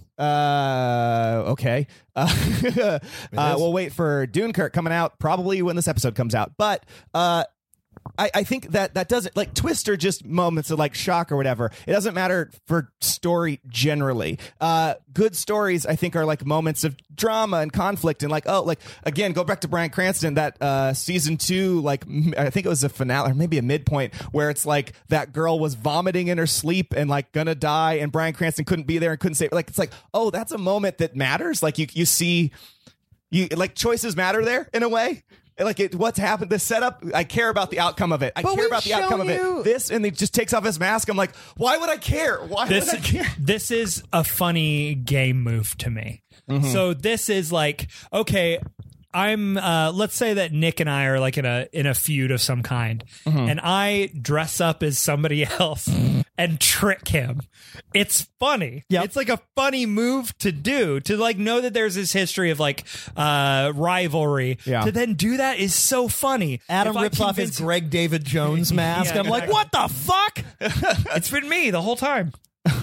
Uh, okay. Uh, uh, we'll wait for Dunkirk coming out probably when this episode comes out. But uh, I, I think that that doesn't like twist or just moments of like shock or whatever. It doesn't matter for story generally. Uh, good stories, I think, are like moments of drama and conflict and like oh, like again, go back to Brian Cranston that uh, season two, like m- I think it was a finale or maybe a midpoint where it's like that girl was vomiting in her sleep and like gonna die, and Brian Cranston couldn't be there and couldn't say like it's like oh, that's a moment that matters. Like you you see you like choices matter there in a way like it, what's happened the setup i care about the outcome of it i But care we've about the outcome shown of you- it this and he just takes off his mask i'm like why would i care why this would i care this is a funny game move to me. So this is like okay, I'm uh let's say that Nick and I are like in a in a feud of some kind and I dress up as somebody else and trick him. It's funny. Yeah, It's like a funny move to do to like know that there's this history of like uh rivalry. Yeah. To then do that is so funny. Adam If I rips off his convince- Greg David Jones mask. Yeah, I'm like, exactly. what the fuck? it's been me the whole time.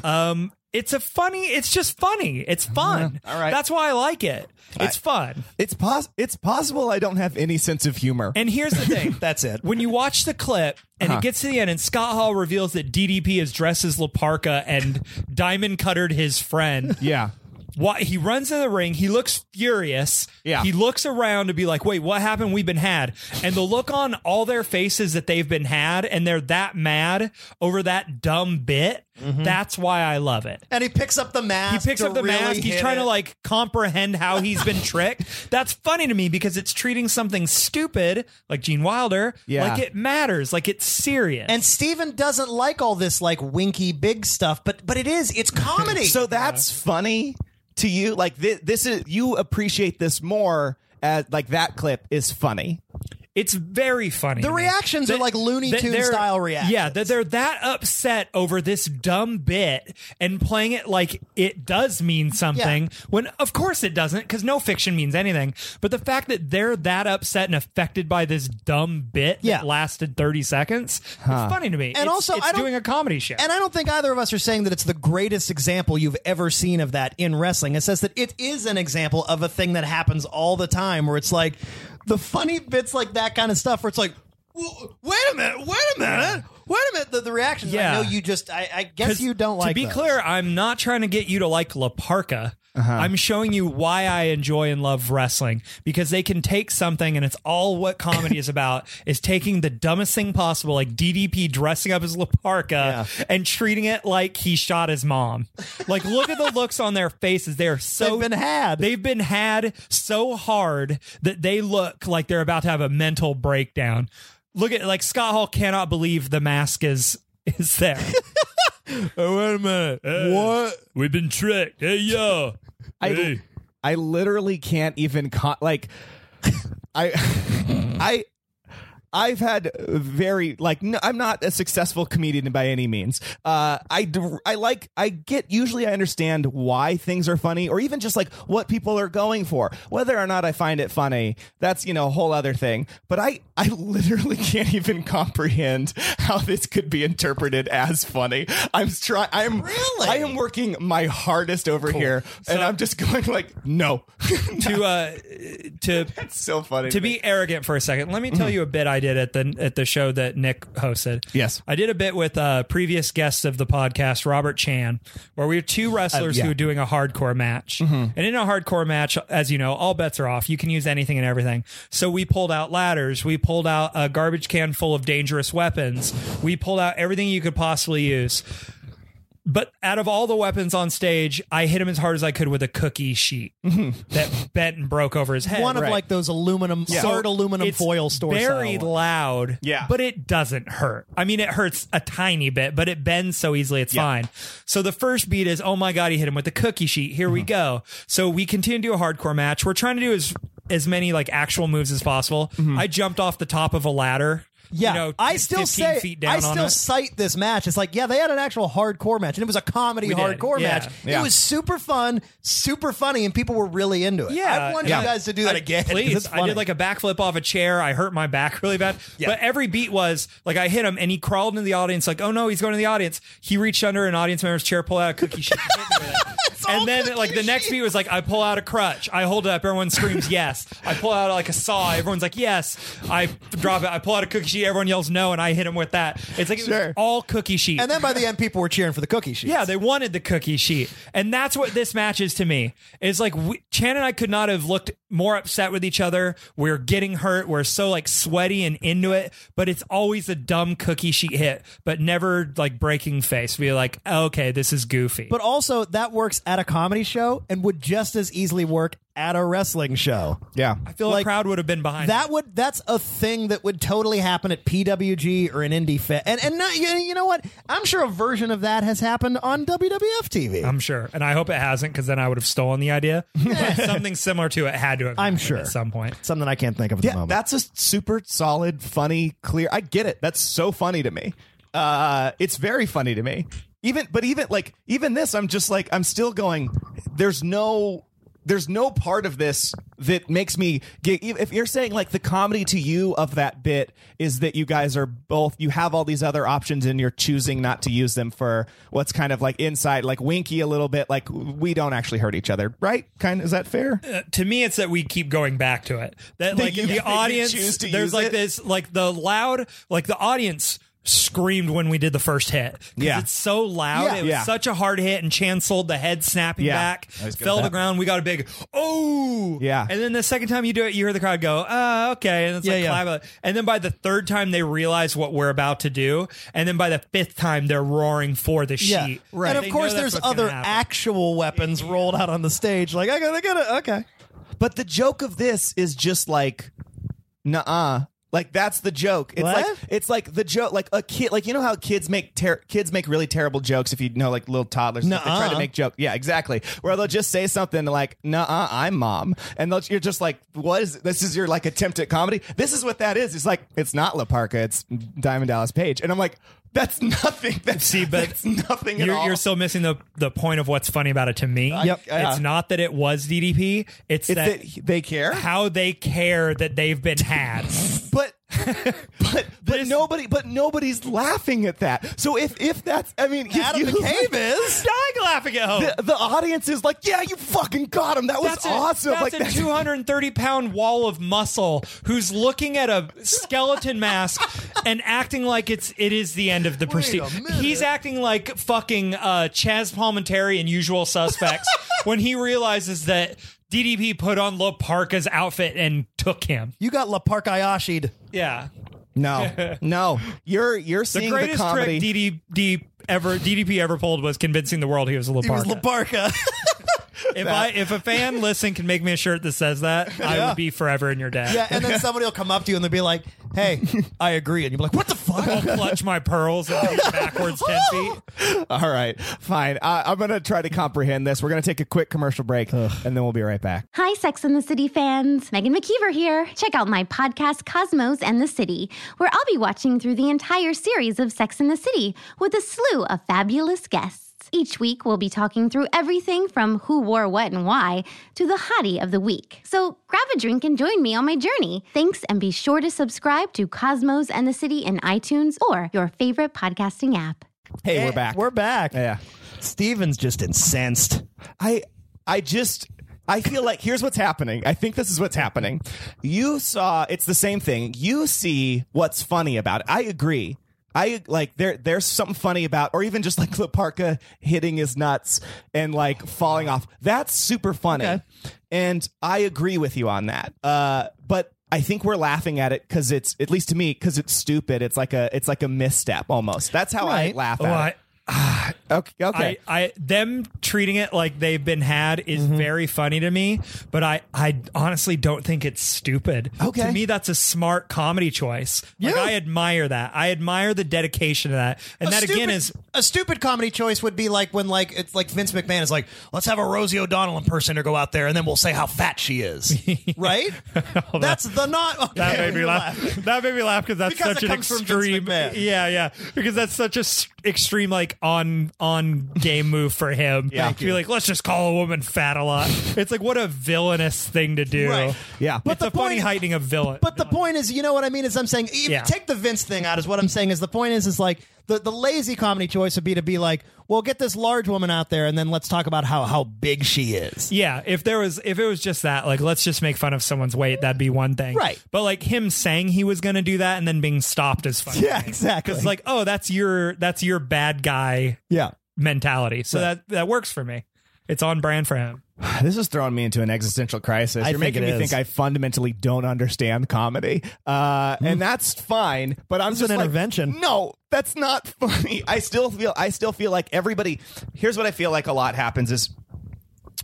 Um, it's a funny. It's just funny. It's fun. All right. That's why I like it. It's fun. it's pos- it's possible i don't have any sense of humor And here's the thing. That's it. When you watch the clip and it gets to the end, and Scott Hall reveals that DDP is dressed as Laparca and diamond cuttered his friend. yeah Why he runs in the ring, he looks furious. Yeah. He looks around to be like, wait, what happened? We've been had. And the look on all their faces that they've been had and they're that mad over that dumb bit, that's why I love it. And he picks up the He mask. picks Mm-hmm. to up the really mask. He's hit trying it. to like comprehend how he's been tricked. That's funny to me because it's treating something stupid like Gene Wilder Yeah. like it matters, like it's serious. And Steven doesn't like all this like winky big stuff, but but it is it's comedy. so that's funny to you like this, this is you appreciate this more as like that clip is funny it's very funny. the to me. reactions are That- like Looney that Tunes they're- style reactions. Yeah, that they're that upset over this dumb bit and playing it like it does mean something when, of course, it doesn't because no fiction means anything. But the fact that they're that upset and affected by this dumb bit Yeah. that lasted 30 seconds, it's funny to me. And It's- also, it's I don't- doing a comedy show. And I don't think either of us are saying that it's the greatest example you've ever seen of that in wrestling. It says that it is an example of a thing that happens all the time where it's like the funny bits like that kind of stuff where it's like, "Well, wait a minute, wait a minute, wait a minute. The, the reactions, Yeah. I know you just, I, I 'Cause guess you don't like To be those. Uh-huh. clear, I'm not trying to get you to like La Parca. I'm showing you why I enjoy and love wrestling because they can take something and it's all what comedy is about is taking the dumbest thing possible, like DDP dressing up as La Parca and treating it like he shot his mom. Like, look at the looks on their faces. They are so They've been had. They've been had so hard that they look like they're about to have a mental breakdown. Look at like Scott Hall cannot believe the mask is is there. Oh, wait a minute. what? We've been tricked. Hey, yo. I, I literally can't even con- like I I I've had very like no, I'm not a successful comedian by any means. Uh, I d- I like I get usually I understand why things are funny or even just like what people are going for. Whether or not I find it funny, that's you know a whole other thing. But I I literally can't even comprehend how this could be interpreted as funny. I'm trying. I'm Really? I am working my hardest over here, and I'm just going like no. To, uh, to, so funny Mm-hmm. to be arrogant for a second, let me tell you a bit I I did at the at the show that Nick hosted. Yes. I did a bit with uh, previous guests of the podcast, Robert Chan, where we have Uh, two wrestlers yeah. who are doing a hardcore match. Mm-hmm. And in a hardcore match, as you know, all bets are off. You can use anything and everything. So we pulled out ladders. We pulled out a garbage can full of dangerous weapons. We pulled out everything you could possibly use. But out of all the weapons on stage, I hit him as hard as I could with a cookie sheet that bent and broke over his head. Mm-hmm. One of Right. like those aluminum, hard aluminum It's foil store Very style. loud. Yeah. But it doesn't hurt. I mean, it hurts a tiny bit, but it bends so easily, it's fine. So the first beat is, oh my God, he hit him with the cookie sheet. Here we go. So we continue to do a hardcore match. We're trying to do as as many like actual moves as possible. I jumped off the top of a ladder. yeah, you know, I still 15 say feet down I on still it. cite this match. It's like, yeah, they had an actual hardcore match, and it was a comedy We did, hardcore yeah. match. Yeah. It was super fun, super funny, and people were really into it. I want yeah. you guys to do that I- again. 'cause it's Please. I funny. did like a backflip off a chair. I hurt my back really bad. But every beat was like I hit him and he crawled into the audience, like, oh no, he's going to the audience. He reached under an audience member's chair, pull out a cookie sheet. and hit me with it. all And then cookie like the next sheet. beat was like I pull out a crutch, I hold it up, everyone screams yes. I pull out like a saw, everyone's like yes. I drop it, I pull out a cookie sheet, everyone yells no, and I hit him with that. It's like it was all cookie sheet. and then by the end, people were cheering for the cookie sheet. Yeah, they wanted the cookie sheet, and that's what this match is to me. It's like we, Chan and I could not have looked more upset with each other. We're getting hurt. We're so like sweaty and into it, but it's always a dumb cookie sheet hit, but never like breaking face. Be like, okay, this is goofy. But also, that works at a comedy show and would just as easily work at a wrestling show. Yeah. I feel like, the crowd would have been behind That would that's a thing that would totally happen at PWG or an indie fit. And and not, you, you know what? I'm sure a version of that has happened on WWF TV. I'm sure, and I hope it hasn't, because then I would have stolen the idea. But something similar to it had to have. I'm happened sure. at some point. Something I can't think of at the Yeah, moment. that's a super solid, funny, clear. I get it. That's so funny to me. Uh, it's very funny to me. Even, but even like even this, I'm just like I'm still going. There's no. There's no part of this that makes me get. e, If you're saying like the comedy to you of that bit is that you guys are both, you have all these other options and you're choosing not to use them for what's kind of like inside, like winky a little bit, like we don't actually hurt each other, right? Kind is that fair? to me it's that we keep going back to it that That like you- that the you audience choose to there's use like it? this like the loud like the audience screamed when we did the first hit 'Cause Yeah. it's so loud Yeah. it was Yeah. such a hard hit and Chan sold the head snapping Yeah. back I was good fell at to that. the ground we got a big oh Yeah. and then the second time you do it you hear the crowd go uh okay and it's like yeah. clap. and then by the third time they realize what we're about to do and then by the fifth time they're roaring for the yeah, sheet And They of know course, that's there's what's gonna other happen. actual weapons rolled out on the stage. Like I gotta, I gotta, okay. But the joke of this is just like, nah. Like that's the joke. It's What? like it's like the joke. Like a kid. Like you know how kids make ter- kids make really terrible jokes. If you know like little toddlers, they try Nuh-uh. to make joke. Yeah, exactly. Where they'll just say something like, nah, I'm mom," and they'll, you're just like, "What is this? Is your like attempt at comedy? This is what that is." It's like it's not La Parca. It's Diamond Dallas Page, and I'm like, "That's nothing. That's, See, but that's nothing at you're, all." you're still missing the the point of what's funny about it to me. Yep. yeah. It's not that it was DDP. It's, it's that, that they care. how they care that they've been had. but but but This- nobody but nobody's laughing at that. So if if that's I mean if Adam you- McCabe is. Dying laughing at home. the, the audience is like, yeah, you fucking got him. That was that's a- awesome. that's like a 230 pound wall of muscle who's looking at a skeleton mask and acting like it's it is the end of the prestige. minute. He's acting like fucking uh, Chaz Palminteri in Usual Suspects when he realizes that DDP put on La Parka's outfit and took him. You got La Park Ayashi'd. Yeah. no, no, you're you're The seeing the, greatest comedy. trick DDP ever DDP ever pulled was convincing the world he was a He Laparca. was La Parca. if I if a fan listen can make me a shirt that says that, I would be forever in your debt. yeah, and then somebody will come up to you and they'll be like, "Hey, I agree," and you'll be like, "What the I'll fuck?" clutch my pearls and be backwards ten feet. All right, fine. I, I'm gonna try to comprehend this. We're gonna take a quick commercial break, and then we'll be right back. Hi, Sex and the City fans. Megan McKeever here. Check out my podcast, Cosmos and the City, where I'll be watching through the entire series of Sex and the City with a slew of fabulous guests. Each week, we'll be talking through everything from who wore what and why to the hottie of the week. So grab a drink and join me on my journey. Thanks, and be sure to subscribe to Cosmos and the City in iTunes or your favorite podcasting app. Hey, we're back. We're back. yeah. Steven's just incensed. I I just I feel like here's what's happening. I think this is what's happening. You saw it's the same thing. You see what's funny about it. I agree. I like there there's something funny about or even just like Leparka hitting his nuts and like falling off. That's super funny. And I agree with you on that. Uh but I think we're laughing at it because it's at least to me because it's stupid. It's like a it's like a misstep almost. That's how I Right. laugh Oh, at I, it. Okay, okay. Mm-hmm. I, I them treating it like they've been had is very funny to me, but I I honestly don't think it's stupid. Okay. To me that's a smart comedy choice. Like Yeah. I admire that. I admire the dedication to that. And A that again stupid- is a stupid comedy choice would be like when like it's like Vince McMahon is like, let's have a Rosie O'Donnell impersonator go out there and then we'll say how fat she is, right? That's the not okay. that made me laugh. That made me laugh because that's Because such it an comes from Vince extreme. McMahon. Yeah, yeah. Because that's such a s- extreme, like on on game move for him. Yeah. to be like, let's just call a woman fat a lot. It's like what a villainous thing to do. Right. Yeah. but But it's a the funny point- heightening of villain. But the point is, you know what I mean? Is I'm saying, if Yeah. you take the Vince thing out, is what I'm saying. Is the point is, is like the, the lazy comedy choice would be to be like, well, get this large woman out there, and then let's talk about how how big she is. Yeah, if there was if it was just that, like let's just make fun of someone's weight, that'd be one thing. Right. But like him saying he was gonna do that and then being stopped is funny. Yeah, exactly. Because like, oh, that's your that's your bad guy yeah. mentality. So that that works for me. It's on brand for him. This is throwing me into an existential crisis. I You're think making it me is. think I fundamentally don't understand comedy, uh, and that's fine. But I'm Hmm. This is just an like, intervention. No, that's not funny. I still feel. I still feel like everybody. Here's what I feel like a lot happens is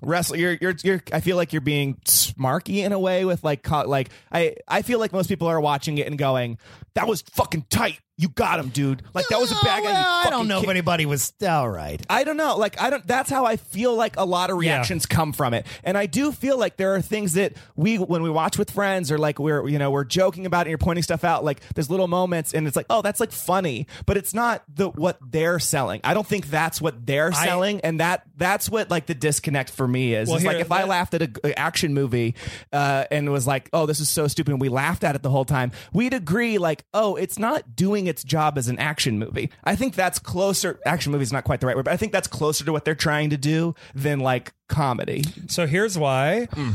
wrestle you're you're you're I feel like you're being smarky in a way with like co- like I I feel like most people are watching it and going that was fucking tight you got him dude like that was Uh, a bad guy you Oh, Well, I fucking don't know kicked." if anybody was all right. I don't know. Like I don't. That's how I feel. Like a lot of Yeah. reactions come from it, and I do feel like there are things that we, when we watch with friends, or like we're you know we're joking about it, and you're pointing stuff out. Like there's little moments, and it's like, oh, that's like funny, but it's not the what they're selling. I don't think that's what they're I- selling, and that that's what like the disconnect for me is. Well, it's here- like if I that- laughed at an action movie uh, and was like, oh, this is so stupid, and we laughed at it the whole time, we'd agree like, oh, it's not doing its job as an action movie. I think that's closer. Action movie is not quite the right word, but I think that's closer to what they're trying to do than like comedy. So here's why Hmm.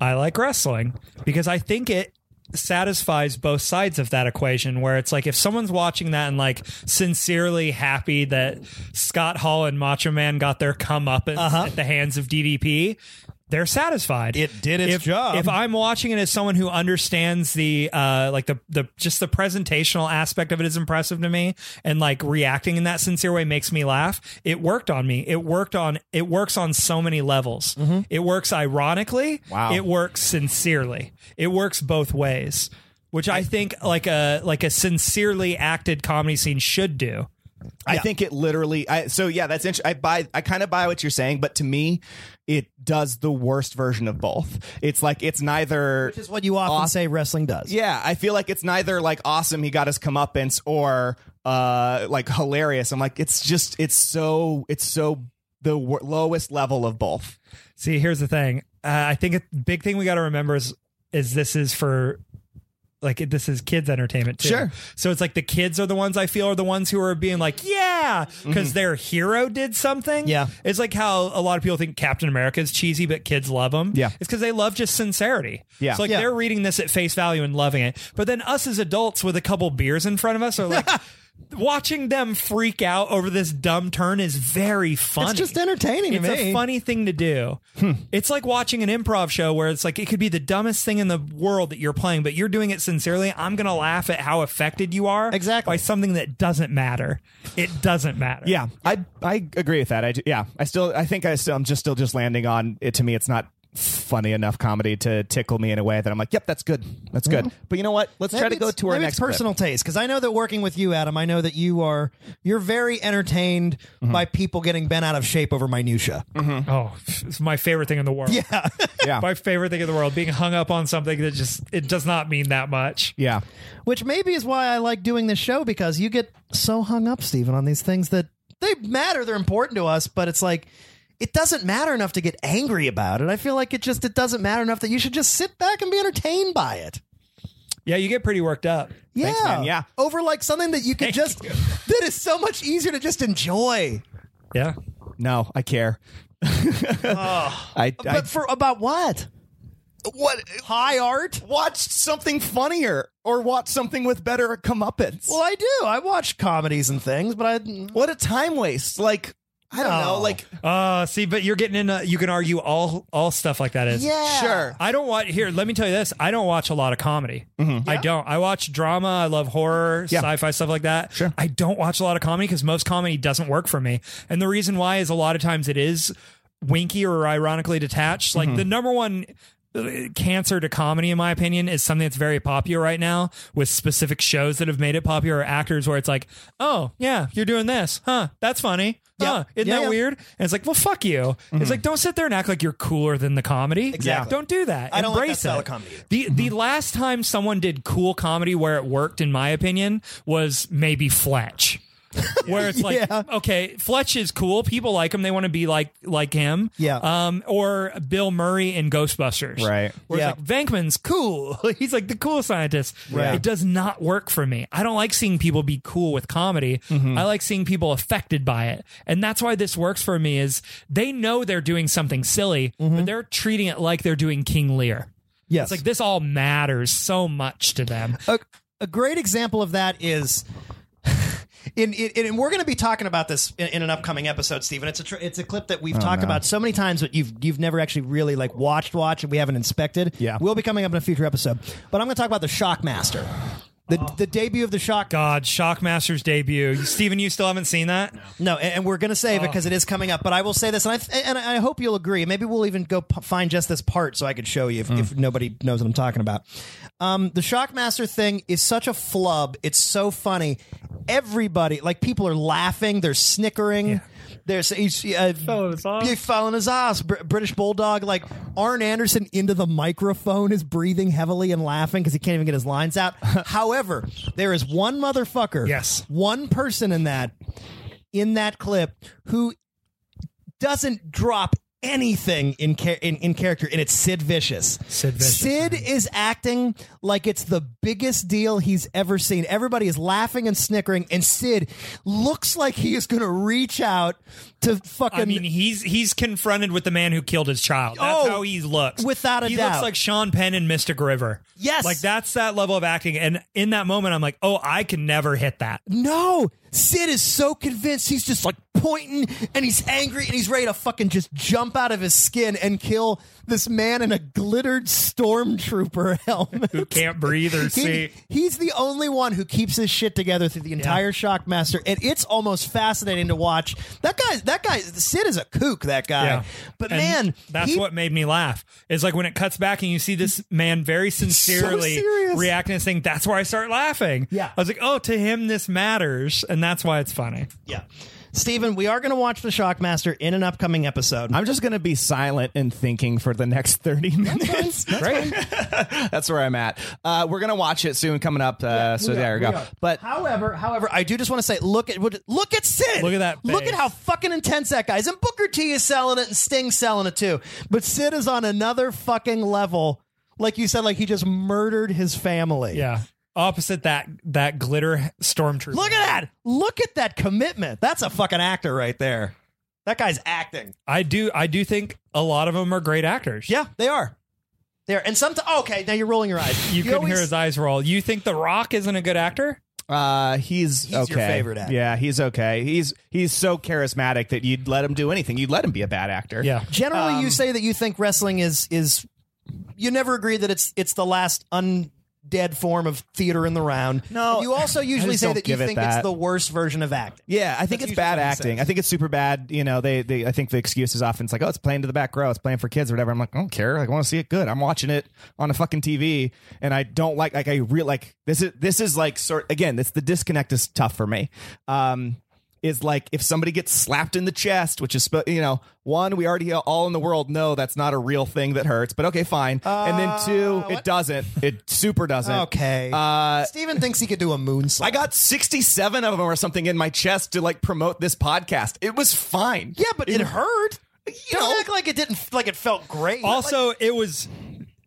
I like wrestling because I think it satisfies both sides of that equation where it's like if someone's watching that and like sincerely happy that Scott Hall and Macho Man got their come up at the hands of DDP they're satisfied Uh-huh. It did its if, job. if i'm watching it as someone who understands the uh like the the just the presentational aspect of it is impressive to me and like reacting in that sincere way makes me laugh it worked on me it worked on it works on so many levels it works ironically Wow. it works sincerely it works both ways which I think like a like a sincerely acted comedy scene should do. I think it literally. I so yeah, that's interesting. I buy. I kind of buy what you're saying, but to me, it does the worst version of both. It's like it's neither. Which is what you often Awesome. say wrestling does. Yeah, I feel like it's neither like awesome he got his comeuppance or uh like hilarious. I'm like it's just it's so it's so the w- lowest level of both. See, here's the thing. Uh, I think a big thing we got to remember is is this is for like this is kids entertainment too. Sure. So it's like the kids are the ones I feel are the ones who are being like, yeah, because their hero did something. Mm-hmm. Yeah. It's like how a lot of people think Captain America is cheesy, but kids love him. Yeah. It's because they love just sincerity. Yeah. So like Yeah. they're reading this at face value and loving it, but then us as adults with a couple beers in front of us are like. Watching them freak out over this dumb turn is very funny. It's just entertaining to It's me. a funny thing to do. Hmm. It's like watching an improv show where it's like it could be the dumbest thing in the world that you're playing, but you're doing it sincerely. I'm gonna laugh at how affected you are Exactly. by something that doesn't matter. It doesn't matter. Yeah, I I agree with that. I ju- yeah, I still I think I still I'm just still just landing on it. To me, it's not funny enough comedy to tickle me in a way that I'm like, yep, that's good, that's good. But you know what? Let's try to Maybe go it's- to our maybe next it's clip. personal taste because I know that working with you, Adam, I know that you are you're very entertained by people getting bent out of shape over minutia. Oh, it's my favorite thing in the world. Yeah. Yeah. My favorite thing in the world. Being hung up on something that just it does not mean that much. Yeah, which maybe is why I like doing this show because you get so hung up, Stephen, on these things that they matter, they're important to us, but it's like it doesn't matter enough to get angry about it. I feel like it just it doesn't matter enough that you should just sit back and be entertained by it. Yeah, you get pretty worked up. Yeah, man. Yeah. over like something that you could just that is so much easier to just enjoy. Yeah. no, I care. I, I But for about what? what High art? watched something funnier or watched something with better comeuppance. Well, I do. I watch comedies and things, but I Oh. what a time waste! Like I don't No. know. Like Uh, see, but you're getting in. A, you can argue all all stuff like that is. yeah, sure, I don't watch here. Let me tell you this: I don't watch a lot of comedy. Mm-hmm. I don't. I watch drama. I love horror, sci-fi stuff like that. Sure. I don't watch a lot of comedy because most comedy doesn't work for me, and the reason why is a lot of times it is winky or ironically detached. Mm-hmm. Like the number one uh, cancer to comedy in my opinion is something that's very popular right now with specific shows that have made it popular or actors where it's like oh yeah you're doing this huh that's funny huh isn't Yeah, that yeah. weird and it's like well fuck you it's like don't sit there and act like you're cooler than the comedy Exactly. don't do that I don't like that embrace style it. of comedy either. The the last time someone did cool comedy where it worked, in my opinion, was maybe Fletch. Where it's like, Yeah. okay, Fletch is cool. People like him. They want to be like like him. Yeah. Um, or Bill Murray in Ghostbusters. Right. Where Yeah. it's like Venkman's cool. He's like the cool scientist. Right. It does not work for me. I don't like seeing people be cool with comedy. Mm-hmm. I like seeing people affected by it. And that's why this works for me is they know they're doing something silly, but they're treating it like they're doing King Lear. Mm-hmm. yes. It's like this all matters so much to them. a, a great example of that is in, in and we're going to be talking about this in, in an upcoming episode Stephen it's a tr- it's a clip that we've talked about so many times but you've you've never actually really like watched watch and we haven't inspected Yeah. we'll be coming up in a future episode but I'm going to talk about the Shockmaster the, the debut of the Shock God, Shockmaster's debut. Steven, you still haven't seen that? No, and, and we're going to save it because it is coming up. But I will say this, and I th- and I hope you'll agree. Maybe we'll even go p- find just this part so I could show you if, if nobody knows what I'm talking about. Um, the Shockmaster thing is such a flub. It's so funny. Everybody, like people are laughing. They're snickering. There's each uh, Following his ass. yeah, following his ass. Br- British bulldog, like Arn Anderson, into the microphone is breathing heavily and laughing because he can't even get his lines out. However, there is one motherfucker, Yes. one person in that in that clip who doesn't drop anything in char- in, in character, and it's Sid Vicious. Sid Vicious, Sid is acting like it's the biggest deal he's ever seen. Everybody is laughing and snickering, and Sid looks like he is going to reach out to fucking. I mean, he's he's confronted with the man who killed his child. That's Oh, how he looks. without a he doubt. looks like Sean Penn and Mystic River. Yes. Like that's that level of acting. And in that moment, I'm like, oh, I can never hit that. no, Sid is so convinced. He's just like pointing, and he's angry, and he's ready to fucking just jump out of his skin and kill this man in a glittered stormtrooper helmet. Who can't breathe or He- see. he's the only one who keeps his shit together through the entire Shockmaster, and it's almost fascinating to watch. That guy, that guy, Sid is a kook. That guy, Yeah. but And man, that's he- what made me laugh. Is like when it cuts back and you see this man very sincerely serious. reacting and saying, "That's where I start laughing." Yeah. I was like, "Oh, to him this matters," and that's why it's funny. Yeah, Steven, we are going to watch the Shockmaster in an upcoming episode. I'm just gonna be silent and thinking for the next thirty minutes. Great. That's where I'm at. Uh, we're gonna watch it soon, coming up. Uh, so there we go. But however, however, I do just want to say, look at look at Sid. Look at that Look face. at how fucking intense that guy is. And Booker T is selling it, and Sting's selling it too. But Sid is on another fucking level. Like you said, like he just murdered his family. Yeah. Opposite that that glitter stormtrooper. Look at that! Look at that commitment. That's a fucking actor right there. That guy's acting. I do I do think a lot of them are great actors. Yeah, they are. There and sometimes. okay, now you're rolling your eyes. You, couldn't always- hear his eyes roll. You think The Rock isn't a good actor? uh, he's, your okay. favorite actor. Yeah, he's okay. He's he's so charismatic that you'd let him do anything. You'd let him be a bad actor. Yeah. Generally, you say that you think wrestling is is. You never agree that it's it's the last undead form of theater in the round. No, you also usually just say don't that you give it think it's that. the worst version of acting. Yeah, I think it's That's usually bad what he acting. says. I think it's super bad. You know, they, they I think the excuse is often it's like, oh, it's playing to the back row, it's playing for kids or whatever. I'm like, I don't care. Like, I want to see it good. I'm watching it on a fucking TV, and I don't like like I real like this is this is like sort again. It's the disconnect is tough for me. Um, is like if somebody gets slapped in the chest, which is sp- you know, one we already all in the world know that's not a real thing that hurts, but okay, fine. and then two, it doesn't. It super doesn't. Uh, Okay. Uh, Steven thinks he could do a moonsault. I got 67 of them or something in my chest to like promote this podcast. It was fine. Yeah, but it hurt. You know- don't act like it didn't like it felt great. Also, it was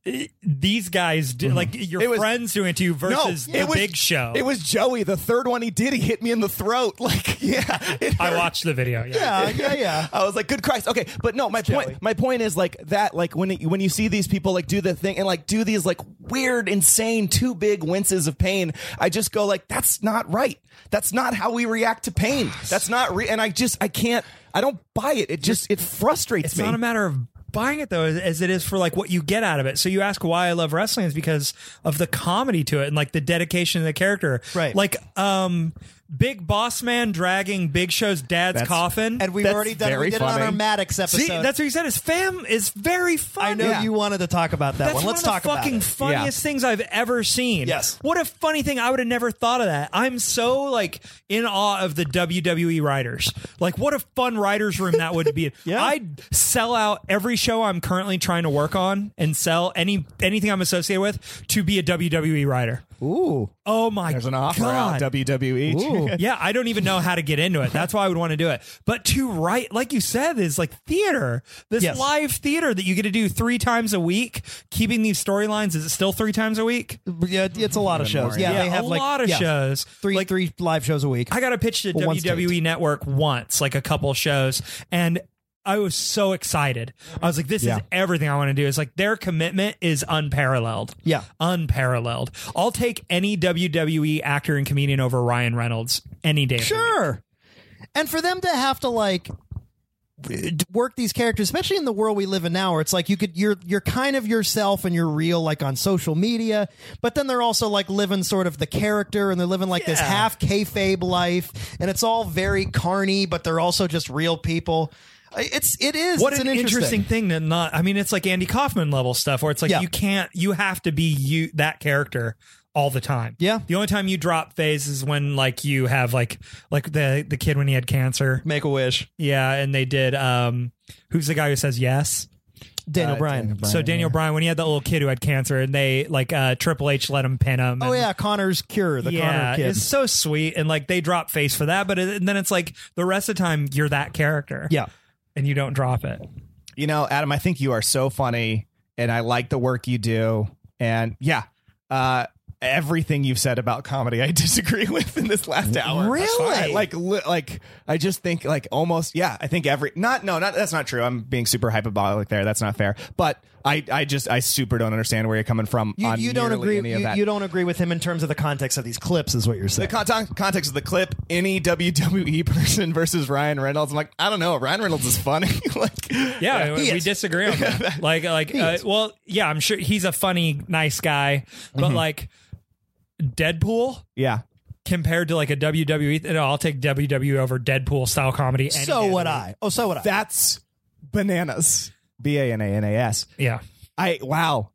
eh, these guys did, like your It was- friends doing Mm-hmm. it to you versus the it was- big show. It was Joey, the third one he did. He hit me in the throat. Like, yeah. it I hurt. watched the video. Yeah. Yeah, yeah, yeah. I was like, "Good Christ!" Okay, but no, my point, my point is like that. Like when it, when you see these people like do the thing and like do these like weird, insane, too big winces of pain, I just go like, "That's not right. That's not how we react to pain. That's not re." And I just I can't. I don't buy it. It just it frustrates It's me. not a matter of buying it though, as- as it is for like what you get out of it. So you ask why I love wrestling is because of the comedy to it and like the dedication of the character. Right. Like, um, Big Boss Man dragging Big Show's dad's That's- coffin. And we've That's already done it. very We did it on funny. our Maddox episode. See, that's what you said. His fam is very funny. I know you wanted to talk about that That's one. Let's of talk the fucking about it. funniest things I've ever seen. Yes. What a funny thing! I would have never thought of that. I'm so like in awe of the WWE writers. Like, what a fun writers' room that would be. Yeah. I'd sell out every show I'm currently trying to work on and sell any anything I'm associated with to be a WWE writer. Ooh. Oh my There's an offer God. out E. WWE. yeah, I don't even know how to get into it. That's why I would want to do it. But to write, like you said, is like theater. This Yes. live theater that you get to do three times a week, keeping these storylines. Is it still three times a week? Yeah, it's a lot of shows. yeah, they have a like lot of yeah, shows. Three, like three live shows a week. I got to pitch to Well, once WWE Network once, like a couple shows, and I was so excited. I was like, "This Yeah. is everything I want to do." It's like their commitment is unparalleled. Yeah. unparalleled. I'll take any WWE actor and comedian over Ryan Reynolds any day. of the week. Sure. And for them to have to like d- work these characters, especially in the world we live in now, where it's like you could you're you're kind of yourself and you're real like on social media, but then they're also like living sort of the character and they're living like this Yeah. half kayfabe life, and it's all very carny, but they're also just real people. I- It's it is What it's an, an interesting thing to not. I mean, it's like Andy Kaufman level stuff where it's like Yeah. you can't, you have to be you that character all the time. Yeah. The only time you drop phase is when like you have like like the the kid when he had cancer. Make a wish, Yeah, and they did. Um, who's the guy who says yes? Daniel Bryan. Uh, so Daniel Bryan, when he had that little kid who had cancer, and they like uh, Triple H let him pin him. Oh and- yeah, Connor's cure, the Connor yeah, kid. it's so sweet, and like they drop face for that, but it, and then it's like the rest of the time you're that character, Yeah. and you don't drop it. you know, Adam, I think you are so funny and I like the work you do. And yeah, uh, everything you've said about comedy, I disagree with in this last hour. Really? I, like, li- like, I just think like almost, yeah, I think every, not, no, not, that's not true. I'm being super hyperbolic there. That's not fair. But I, I just, I super don't understand where you're coming from. You, on you don't nearly agree. Any of You, that. you don't agree with him in terms of the context of these clips, is what you're saying. The con- context of the clip, any WWE person versus Ryan Reynolds. I'm like, I don't know. Ryan Reynolds is funny. like, Yeah, we, he we is. disagree on that. like, like, uh, well, yeah, I'm sure he's a funny, nice guy, but Mm-hmm. like Deadpool yeah. compared to like a WWE, no, I'll take WWE over Deadpool style comedy. any so day. would I. Oh, so would I. That's bananas. B A N A N A S. Yeah. I wow.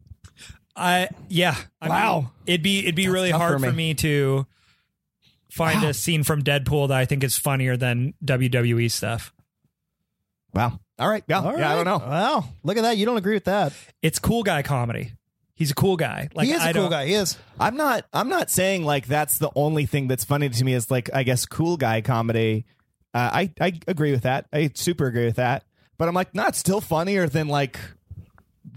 I yeah. I Wow. mean, it'd be it'd be really tough hard for for me. me, to find a scene from Deadpool that I think is funnier than WWE stuff. Wow. All right. Yeah. All Yeah, I don't right. know. Well, look at that. You don't agree with that. It's cool guy comedy. He's a cool guy. Like he is a I cool don't- guy. He is. I'm not I'm not saying like that's the only thing that's funny to me is like I guess cool guy comedy. Uh, I I agree with that. I super agree with that. But I'm like not still funnier than like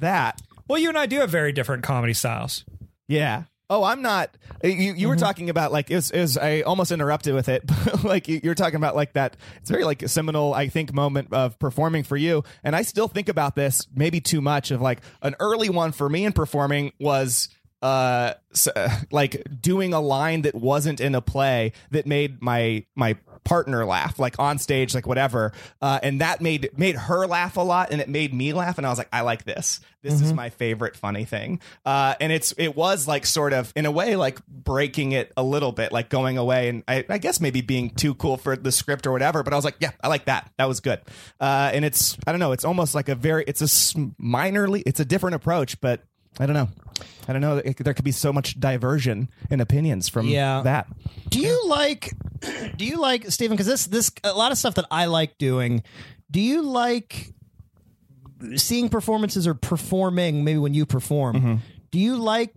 that. Well, you and I do have very different comedy styles. Yeah. Oh, I'm not. You, you were talking about like it was, it was. I almost interrupted with it, but like you, you were talking about like that. It's very like a seminal, I think, moment of performing for you. And I still think about this maybe too much. Of like an early one for me in performing was uh s- uh, like doing a line that wasn't in a play that made my my partner laugh like on stage like whatever uh and that made made her laugh a lot and it made me laugh and i was like i like this this is my favorite funny thing uh and it's it was like sort of in a way like breaking it a little bit like going away and i, I guess maybe being too cool for the script or whatever but i was like yeah i like that that was good uh and it's i don't know it's almost like a very it's a s- minorly it's a different approach but I don't know. I don't know. It- there could be so much diversion in opinions from Yeah. that. Do you like? Do you like Stephen? Because this this a lot of stuff that I like doing. Do you like seeing performances or performing? Maybe when you perform, do you like?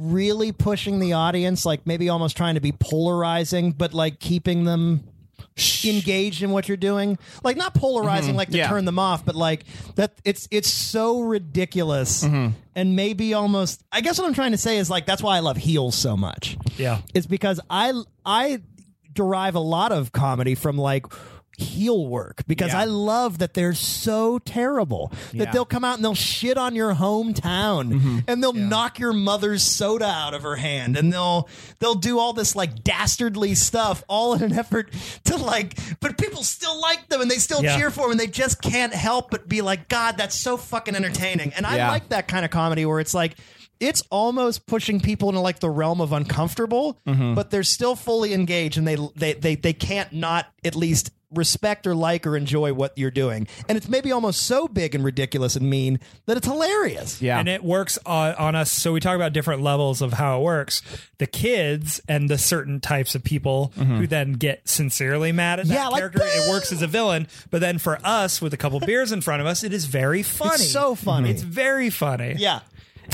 really pushing the audience like maybe almost trying to be polarizing but like keeping them engaged in what you're doing. Like not polarizing, like to Yeah. turn them off, but like that. It's it's so ridiculous, and maybe almost. I guess what I'm trying to say is like that's why I love heels so much. Yeah. it's because I I derive a lot of comedy from like heel work because Yeah. I love that they're so terrible that they'll come out and they'll shit on your hometown Mm-hmm. and they'll knock your mother's soda out of her hand and they'll they'll do all this like dastardly stuff all in an effort to like but people still like them and they still Yeah. cheer for them and they just can't help but be like god that's so fucking entertaining and I Yeah. like that kind of comedy where it's like it's almost pushing people into like the realm of uncomfortable, but they're still fully engaged and they they they they can't not at least respect or like or enjoy what you're doing. And it's maybe almost so big and ridiculous and mean that it's hilarious. Yeah. And it works on, on us. So we talk about different levels of how it works. The kids and the certain types of people who then get sincerely mad at that Mm-hmm. Yeah, like, character. it works as a villain. But then for us, with a couple beers in front of us, it is very funny. so funny. It's very funny. Yeah.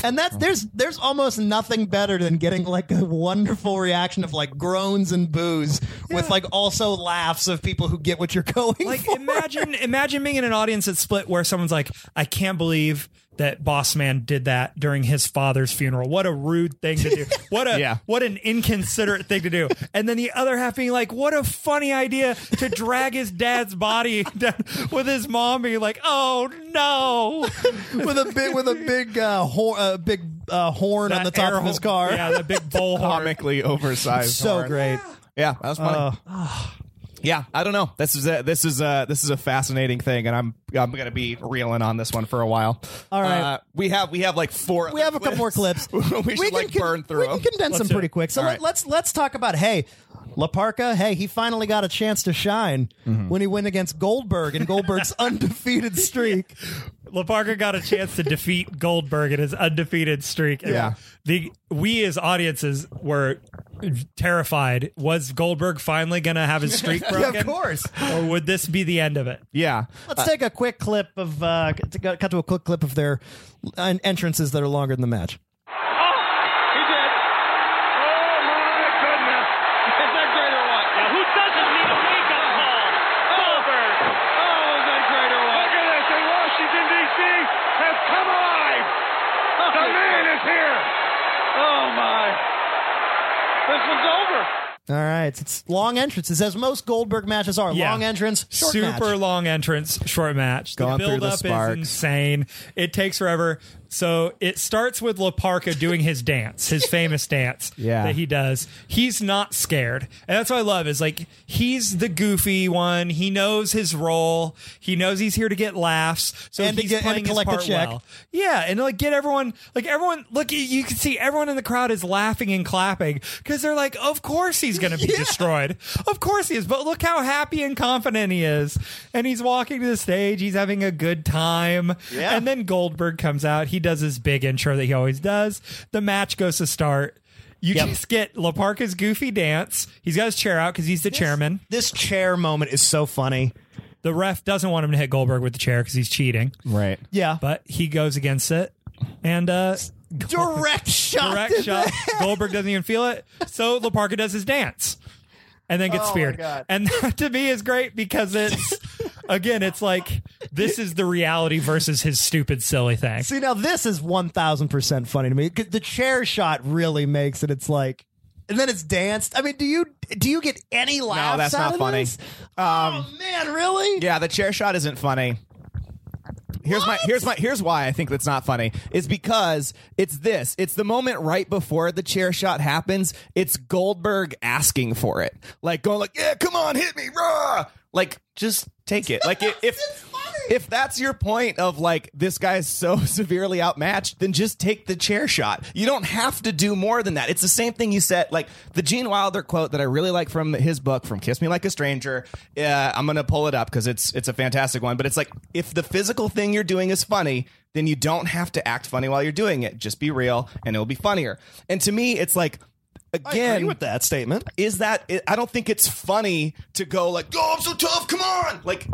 And that's there's there's almost nothing better than getting like a wonderful reaction of like groans and boos with like also laughs of people who get what you're going Like for. imagine imagine being in an audience at Split where someone's like, I can't believe that boss man did that during his father's funeral. What a rude thing to do. What a Yeah. what an inconsiderate thing to do. And then the other half being like, what a funny idea to drag his dad's body down with his mom being like, oh no. with a big with a big uh, hor- uh, big uh, horn on the That top air of his hole- car. Yeah, the big bowl horn. Comically oversized. so horn. great. Yeah, that was funny. Uh, yeah, I don't know. This is a, this is a, this is a fascinating thing, and I'm I'm gonna be reeling on this one for a while. All right. uh, we have we have like four. We have a couple more clips. we should like con- burn through we them. can condense them pretty quick. So All let, right. let's let's talk about hey, Laparca. Hey, he finally got a chance to shine Mm-hmm. when he went against Goldberg and Goldberg's undefeated streak. Laparca got a chance to defeat Goldberg in his undefeated streak. And Yeah. The we as audiences were terrified. Was Goldberg finally gonna have his streak broken? course. Or would this be the end of it? Yeah, Uh, Let's take a quick clip of uh, to go- cut to a quick clip of their uh, entrances that are longer than the match. He did. Oh my goodness. Is that great or what? Now who doesn't need a wake up call? Goldberg. Oh, is that great or what? Look at this. And Washington D.C. has come alive. the man is here. Oh my. This one's over. All right, it's long entrances as most Goldberg matches are. Yeah. Long entrance, short Super match. long entrance, short match. Going the through the build up is sparks. insane. It takes forever. So it starts with Laparca doing his dance, his famous dance Yeah. that he does. He's not scared. And that's what I love is like he's the goofy one. He knows his role. He knows he's here to get laughs. So And to he's get- and to playing his collect a part check. well. Yeah, and like get everyone, like everyone, look, you- you can see everyone in the crowd is laughing and clapping because they're like, of course he's going to be destroyed. Of course he is. But look how happy and confident he is. And he's walking to the stage. He's having a good time. Yeah. And then Goldberg comes out. He does his big intro that he always does. The match goes to start. You just get Laparca's goofy dance. He's got his chair out because he's the chairman. This chair moment is so funny. The ref doesn't want him to hit Goldberg with the chair because he's cheating. right. Yeah, But he goes against it. And uh, direct shot. direct shot. Goldberg doesn't even feel it. So Laparca does his dance and then gets Oh my speared. God. And that to me is great because it's, again, it's like this is the reality versus his stupid, silly thing. See, now this is 1000% funny to me. 'Cause The chair shot really makes it. It's like, and then it's danced. I mean, do you do you get any laughs? that's out not of funny. Um, this? uh, oh man, really? Yeah, the chair shot isn't funny. Here's my here's my here's why I think that's not funny. It's because it's this. It's the moment right before the chair shot happens. It's Goldberg asking for it. Like going like, "Yeah, come on, hit me." Rah! Like just take it. Like if if, if that's your point of like this guy is so severely outmatched, then just take the chair shot. You don't have to do more than that. It's the same thing you said like the Gene Wilder quote that I really like from his book from Kiss Me Like a Stranger. Uh, I'm going to pull it up cuz it's it's a fantastic one, but it's like if the physical thing you're doing is funny, then you don't have to act funny while you're doing it. Just be real and it'll be funnier. And to me, it's like again that statement. is that it, I don't think it's funny to go like, "Oh, I'm so tough, come on!" Like,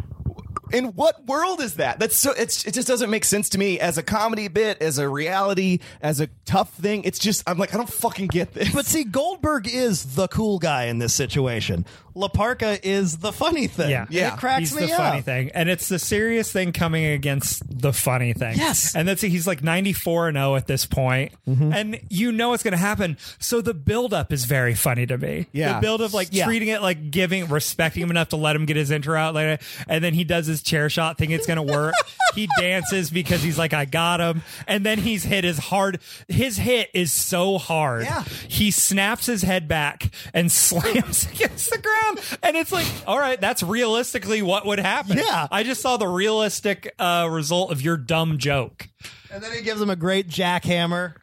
in what world is that? That's so it's it just doesn't make sense to me as a comedy bit, as a reality, as a tough thing. It's just I'm like I don't fucking get this. But see, Goldberg is the cool guy in this situation. Laparca is the funny thing. Yeah. And Yeah. It cracks he's me the up. funny thing, and it's the serious thing coming against the funny thing. Yes. and that's he's like ninety four and zero at this point, and you know what's going to happen. So the build up is very funny to me. Yeah. the build of like Yeah. treating it like giving respecting him enough to let him get his intro out later, and then he does his chair shot, thinking it's going to work. he dances because he's like, I got him, and then he's hit as hard. His hit is so hard. Yeah. He snaps his head back and slams against the ground. And it's like, all right, that's realistically what would happen. Yeah. I just saw the realistic uh, result of your dumb joke. And then he gives him a great jackhammer.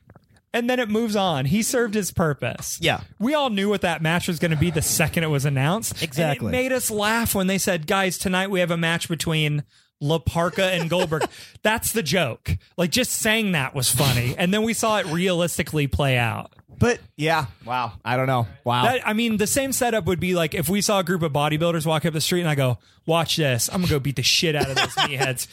And then it moves on. He served his purpose. Yeah. We all knew what that match was going to be the second it was announced. And Exactly. it made us laugh when they said, guys, tonight we have a match between. Laparca and Goldberg. That's the joke. Like just saying that was funny. And then we saw it realistically play out. But Yeah. Wow. I don't know. Wow. That, uh, I mean, the same setup would be like if we saw a group of bodybuilders walk up the street and I go, "Watch this! I'm gonna go beat the shit out of those meatheads."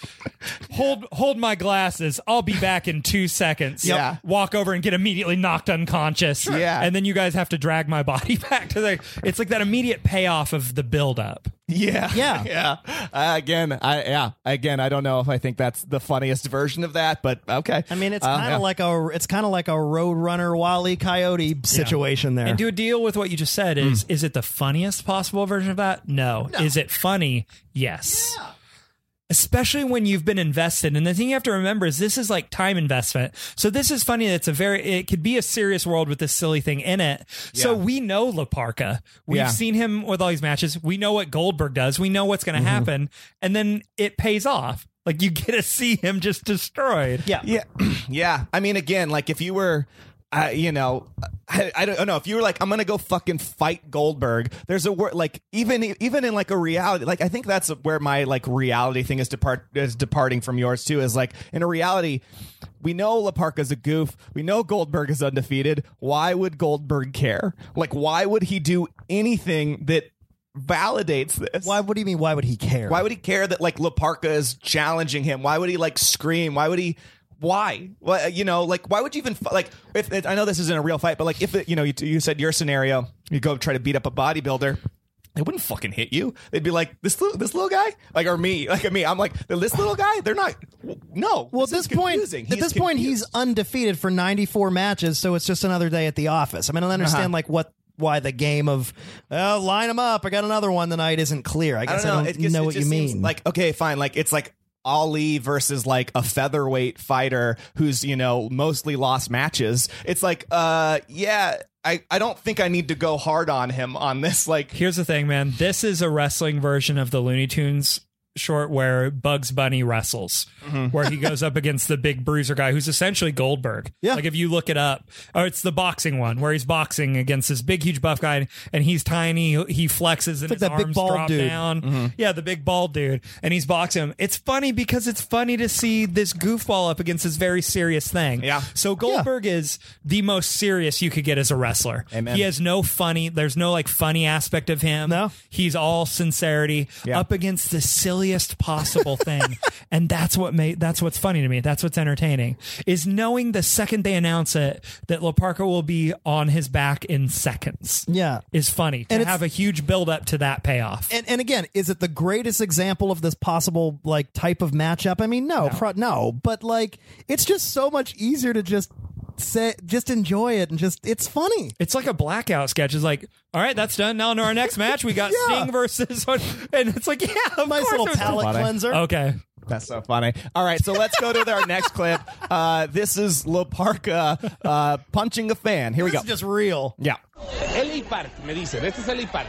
Hold, hold my glasses. I'll be back in two seconds. Yeah. Walk over and get immediately knocked unconscious. Yeah. And then you guys have to drag my body back to the. It's like that immediate payoff of the buildup. yeah, Yeah. yeah. Uh, again, I yeah. Again, I don't know if I think that's the funniest version of that, but okay. I mean, it's Uh, kind yeah. of like a it's kind of like a Road Runner Wally Coyote situation there. And do a deal with what you just said. Is is it the funniest possible version of that? No. Is it funny? Yes. Especially when you've been invested. And the thing you have to remember is this is like time investment. So this is funny. It's a very, it could be a serious world with this silly thing in it. So we know Laparca. We've Yeah. seen him with all these matches. We know what Goldberg does. We know what's going to happen. And then it pays off. Like you get to see him just destroyed. yeah. Yeah, yeah. I mean, again, like if you were, uh, you know, I, I don't know if you were like, I'm gonna go fucking fight Goldberg. There's a word like even even in like a reality, like I think that's where my like reality thing is depart is departing from yours too. Is like in a reality, we know Laparca's a goof. We know Goldberg is undefeated. Why would Goldberg care? Like, why would he do anything that validates this? Why? What do you mean? Why would he care? Why would he care that like Laparca is challenging him? Why would he like scream? Why would he? Why? Well, you know, like why would you even fi- like? If if- I know this isn't a real fight, but like if it, you know, you, you said your scenario, you go try to beat up a bodybuilder. They wouldn't fucking hit you. They'd be like this little, this little guy, like or me, like me. I'm like this little guy. They're not. No. Well, at this is point, confusing. at this point, he's confused. undefeated for 94 matches, so it's just another day at the office. I mean, I don't Uh-huh. understand like what why the game of uh, line them up. I got another one tonight isn't clear. I I guess don't know. I It don't just- know it what you just seems mean. Like, okay, fine. Like, it's like Ali versus like a featherweight fighter who's you know mostly lost matches. It's like, uh, yeah, I I don't think I need to go hard on him on this. Like, Here's the thing, man. This is a wrestling version of the Looney Tunes short where Bugs Bunny wrestles, Mm-hmm. where he goes up against the big bruiser guy who's essentially Goldberg. Yeah. Like if you look it up, or it's the boxing one where he's boxing against this big, huge buff guy and he's tiny. He flexes and like his that arms big bald drop dude. Mm-hmm. down. Yeah, the big bald dude. And he's boxing him. It's funny because it's funny to see this goofball up against this very serious thing. Yeah. So Goldberg is the most serious you could get as a wrestler. Amen. He has no funny, there's no like funny aspect of him. No. He's all sincerity up against the silliest possible thing. and that's what made that's what's funny to me. That's what's entertaining. Is knowing the second they announce it that Laparca will be on his back in seconds. yeah. Is funny And to it's- have a huge build up to that payoff. and, and again, is it the greatest example of this possible like type of matchup? I mean, no, no, pro- no but like it's just so much easier to just say, just enjoy it and just it's funny. It's like a blackout sketch. It's like, all right, that's done. Now, in our next match, we got Yeah. Sting versus, and it's like, yeah, of Nice course little it was- palate funny. cleanser. Okay, That's so funny. All right, so let's go to our next clip. Uh, this is Loparca uh, punching a fan. Here we This go. is just real. yeah. LA Park, me dicen, este es LA Park.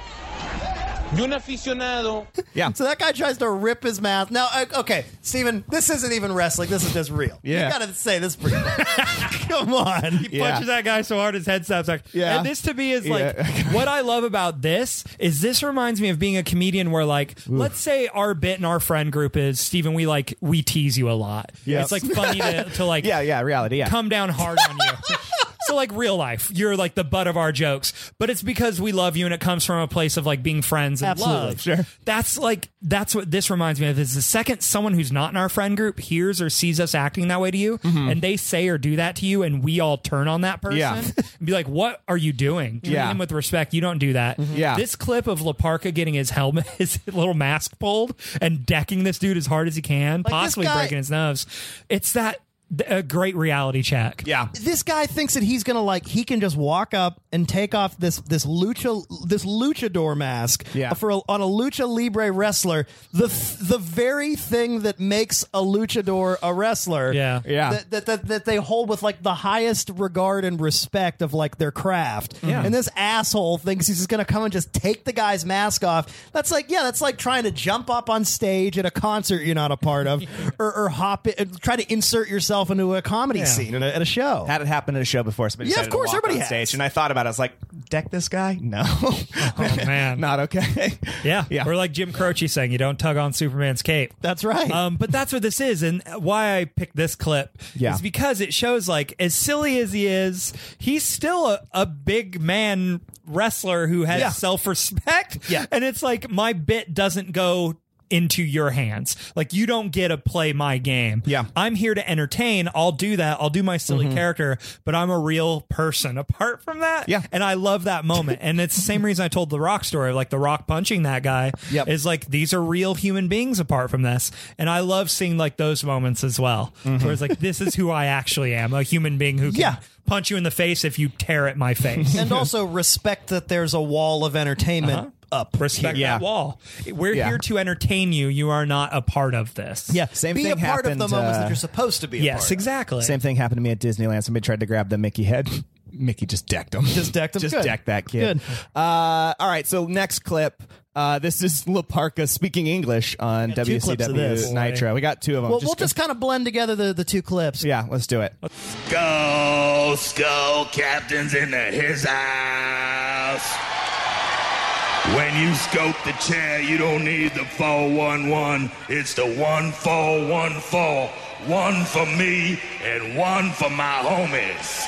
Y un aficionado Yeah. So that guy tries to rip his mouth. Now, uh, okay, Steven, this isn't even wrestling. This is just real. Yeah. You gotta say this is pretty funny. Come on. he punches that guy so hard his head snaps. Like, Yeah. And this to me is like Yeah. what I love about this is this reminds me of being a comedian where like let's say our bit in our friend group is Steven, we like we tease you a lot. Yeah. It's like funny to, to like Yeah, yeah, reality. Yeah. come down hard on you. so like real life, you're like the butt of our jokes, but it's because we love you and it comes from a place of like being friends and Absolutely. love. Sure. That's like that's what this reminds me of. Is the second someone who's not in our friend group hears or sees us acting that way to you, and they say or do that to you, and we all turn on that person Yeah. and be like, "What are you doing?" Treat Yeah. him with respect. You don't do that. Yeah. This clip of Laparca getting his helmet, his little mask pulled, and decking this dude as hard as he can, possibly guy- breaking his nose. It's that th- a great reality check. Yeah. this guy thinks that he's gonna like he can just walk up and take off this this lucha this luchador mask Yeah. for a, on a lucha libre wrestler the th- the very thing that makes a luchador a wrestler Yeah. Yeah. that, that, that, that they hold with like the highest regard and respect of like their craft Mm-hmm. yeah. and this asshole thinks he's just gonna come and just take the guy's mask off that's like yeah that's like trying to jump up on stage at a concert you're not a part of or, or hop it, try to insert yourself into a comedy scene at a, at a show Had it happen at a show before. Somebody Yeah, decided of to course, walk everybody on has. stage, and I thought about it. I was like, deck this guy? No, Oh man. not okay. Yeah. yeah. Or like Jim Croce saying, you don't tug on Superman's cape. That's right. Um, but that's what this is, and why I picked this clip Yeah. is because it shows like as silly as he is, he's still a, a big man wrestler who has Yeah. self respect. Yeah. and it's like my bit doesn't go into your hands. Like you don't get to play my game. Yeah. Mm-hmm. I'm here to entertain. I'll do that. I'll do my silly character, but I'm a real person apart from that. Yeah. And I love that moment. and it's the same reason I told the rock story, like the rock punching that guy Yep. is like, these are real human beings apart from this. And I love seeing like those moments as well. Where it's like, this is who I actually am, a human being who can Yeah. punch you in the face if you tear at my face. and also respect that there's a wall of entertainment Uh-huh. up. Respect Yeah. that wall. We're Yeah. here to entertain you. You are not a part of this. Yeah, Same be thing a part of happened, the moments uh, that you're supposed to be. a Yes, part of. exactly. Same thing happened to me at Disneyland. Somebody tried to grab the Mickey head. Mickey just decked him. Just decked him? Just Good. decked that kid. Good. Uh, all right. So next clip. Uh, this is Laparca speaking English on got two clips of this. WCW Nitro. We got two of them. Well, we'll just kind of blend together the, the two clips. yeah, let's do it. Go, skull captains into his house. When you scope the chair, you don't need the 411. It's the 1414. One for me and one for my homies.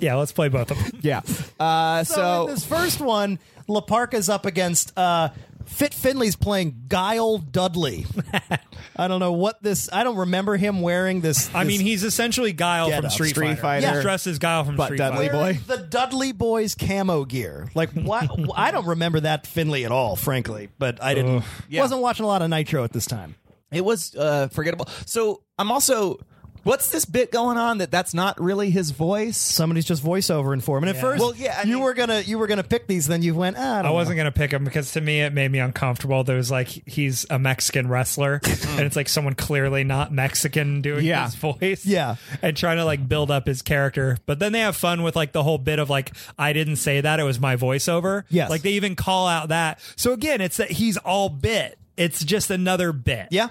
Yeah, let's play both of them. Yeah. Uh, So, so in this first one, Laparca's up against uh, Fit Finley's playing Guile Dudley. I don't know what this. I don't remember him wearing this. I this- mean, he's essentially Guile Get from up. Street, Street Fighter. Fighter. He's dressed as Guile from But Street Dudley Fighter. Boy. wearing the Dudley Boys camo gear. Like, why? I don't remember that Finley at all, frankly. But I didn't. Wasn't watching a lot of Nitro at this time. it was uh, forgettable. So I'm also. What's this bit going on that that's not really his voice? somebody's just voiceover informant. At first, Well, yeah, I you mean- were gonna you were gonna pick these, then you went. Ah, I, I don't wasn't gonna pick him because to me it made me uncomfortable. There was like he's a Mexican wrestler, and it's like someone clearly not Mexican doing Yeah. his voice, Yeah. and trying to like build up his character. But then they have fun with like the whole bit of like I didn't say that; it was my voiceover. Yes. like they even call out that. So again, it's that he's all bit. It's just another bit. Yeah.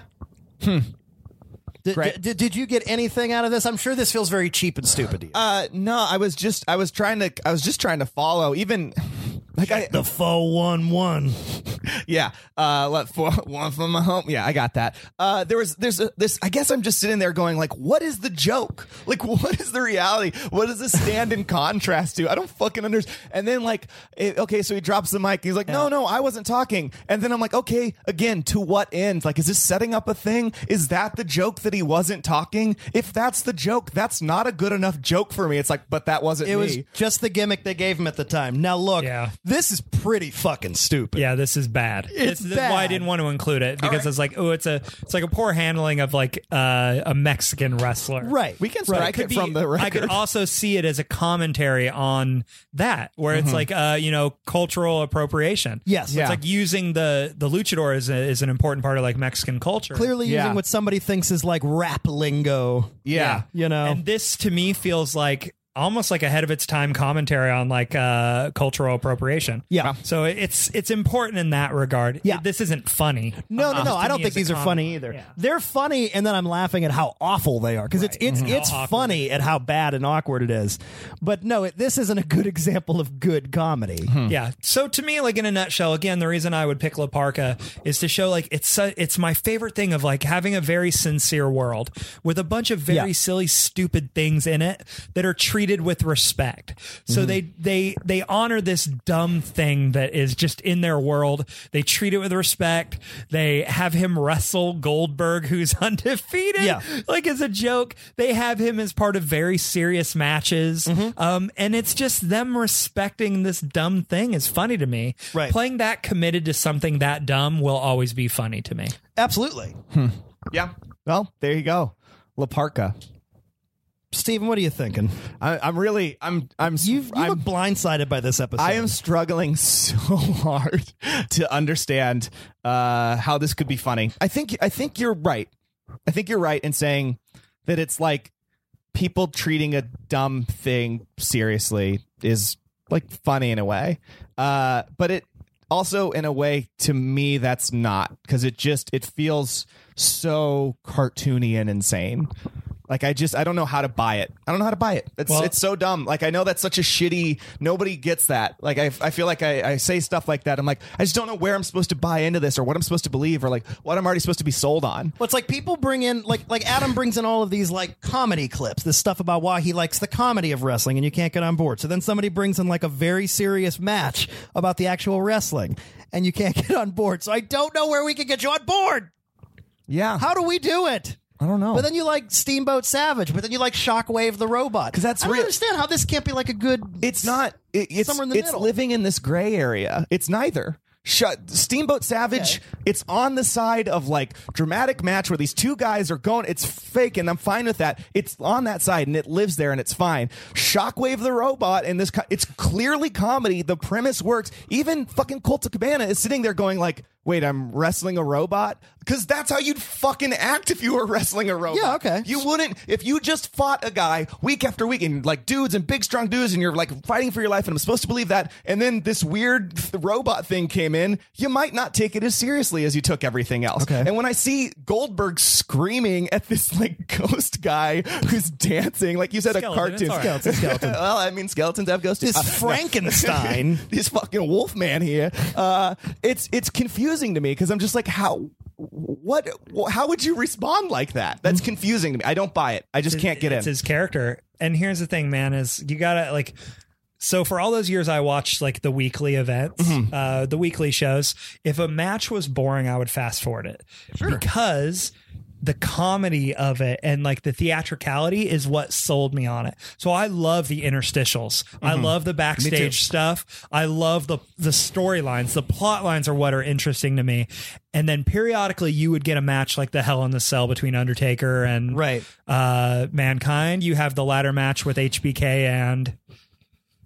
Hmm. Did, Great. did, did you get anything out of this? I'm sure this feels very cheap and stupid to you. Uh, no, I was just I was trying to I was just trying to follow even like I, the four one one. yeah uh let for one from my home yeah I got that uh there was there's a, this I guess I'm just sitting there going like what is the joke like what is the reality what does this stand in contrast to I don't fucking understand and then like it, okay so he drops the mic he's like no no I wasn't talking and then I'm like okay again to what end like is this setting up a thing is that the joke that he wasn't talking if that's the joke that's not a good enough joke for me it's like but that wasn't It me. was just the gimmick they gave him at the time. Now look, Yeah. this is pretty fucking stupid. Yeah, this is bad. It's this is why I bad. didn't want to include it because it's like, oh, it's a it's like a poor handling of like uh, a Mexican wrestler. Right. We can Right. strike it, could be- from the record. I could also see it as a commentary on that, where it's like, uh, you know, cultural appropriation. Yes. It's Yeah. like using the the luchador is, a, is an important part of like Mexican culture. Clearly Yeah. using what somebody thinks is like rap lingo. yeah. You know. And this to me feels like almost like ahead of its time commentary on like uh, cultural appropriation. Yeah. So it's it's important in that regard. Yeah. This isn't funny. No, no, Uh, no. to I don't me think as a these are comedy. funny either. Yeah. They're funny, and then I'm laughing at how awful they are because it's it's it's How Mm-hmm. awkward. funny at how bad and awkward it is. But no, it, this isn't a good example of good comedy. Yeah. So to me, like in a nutshell, again, the reason I would pick La Parca is to show like it's su it's my favorite thing of like having a very sincere world with a bunch of very Yeah. silly, stupid things in it that are treated with respect. So they they they honor this dumb thing that is just in their world. They treat it with respect. They have him wrestle Goldberg, who's undefeated Yeah. like as a joke. They have him as part of very serious matches. Mm-hmm. Um, and it's just them respecting this dumb thing is funny to me. Right. Playing that committed to something that dumb will always be funny to me. Absolutely, Yeah. Well, there you go. La Parca. Stephen. What are you thinking? I, I'm really, I'm, I'm, You, you I'm, look blindsided by this episode. I am struggling so hard to understand uh, how this could be funny. I think, I think you're right. I think you're right in saying that it's like people treating a dumb thing seriously is like funny in a way, uh, but it also in a way to me that's not because it just it feels so cartoony and insane. Like I just I don't know how to buy it. I don't know how to buy it. It's Well- it's so dumb. Like I know that's such a shitty. Nobody gets that. Like I I feel like I, I say stuff like that. I'm like I just don't know where I'm supposed to buy into this or what I'm supposed to believe or like what I'm already supposed to be sold on. Well, it's like people bring in like like Adam brings in all of these like comedy clips, this stuff about why he likes the comedy of wrestling, and you can't get on board. So then somebody brings in like a very serious match about the actual wrestling, and you can't get on board. So I don't know where we can get you on board. Yeah. How do we do it? I don't know. But then you like Steamboat Savage, but then you like Shockwave the Robot. Because that's I don't real- understand how this can't be like a good. It's not. It, it's Somewhere in the it's middle. living in this gray area. It's neither. Shut Steamboat Savage. It's on the side of like dramatic match where these two guys are going. It's fake, and I'm fine with that. It's on that side, and it lives there, and it's fine. Shockwave the robot and this. Co- it's clearly comedy. The premise works. Even fucking Colt Cabana is sitting there going like, "Wait, I'm wrestling a robot," because that's how you'd fucking act if you were wrestling a robot. Yeah, okay. You wouldn't if you just fought a guy week after week and like dudes and big strong dudes and you're like fighting for your life and I'm supposed to believe that and then this weird th- robot thing came in you might not take it as seriously as you took everything else Okay. and when I see Goldberg screaming at this like ghost guy who's dancing like you said Skeleton, a cartoon it's all right. Skeleton, well I mean skeletons have ghosts This Uh, no. Frankenstein. this fucking wolf man here uh it's it's confusing to me because i'm just like how what how would you respond like that that's confusing to me i don't buy it i just can't get Mm. it's in his character. And here's the thing, man, is you gotta like so for all those years I watched like the weekly events, uh, the weekly shows. If a match was boring, I would fast forward it. Because the comedy of it and like the theatricality is what sold me on it. So I love the interstitials. I love the backstage stuff. I love the the storylines. The plot lines are what are interesting to me. And then periodically you would get a match like the Hell in the Cell between Undertaker and Right. uh, Mankind. You have the ladder match with HBK and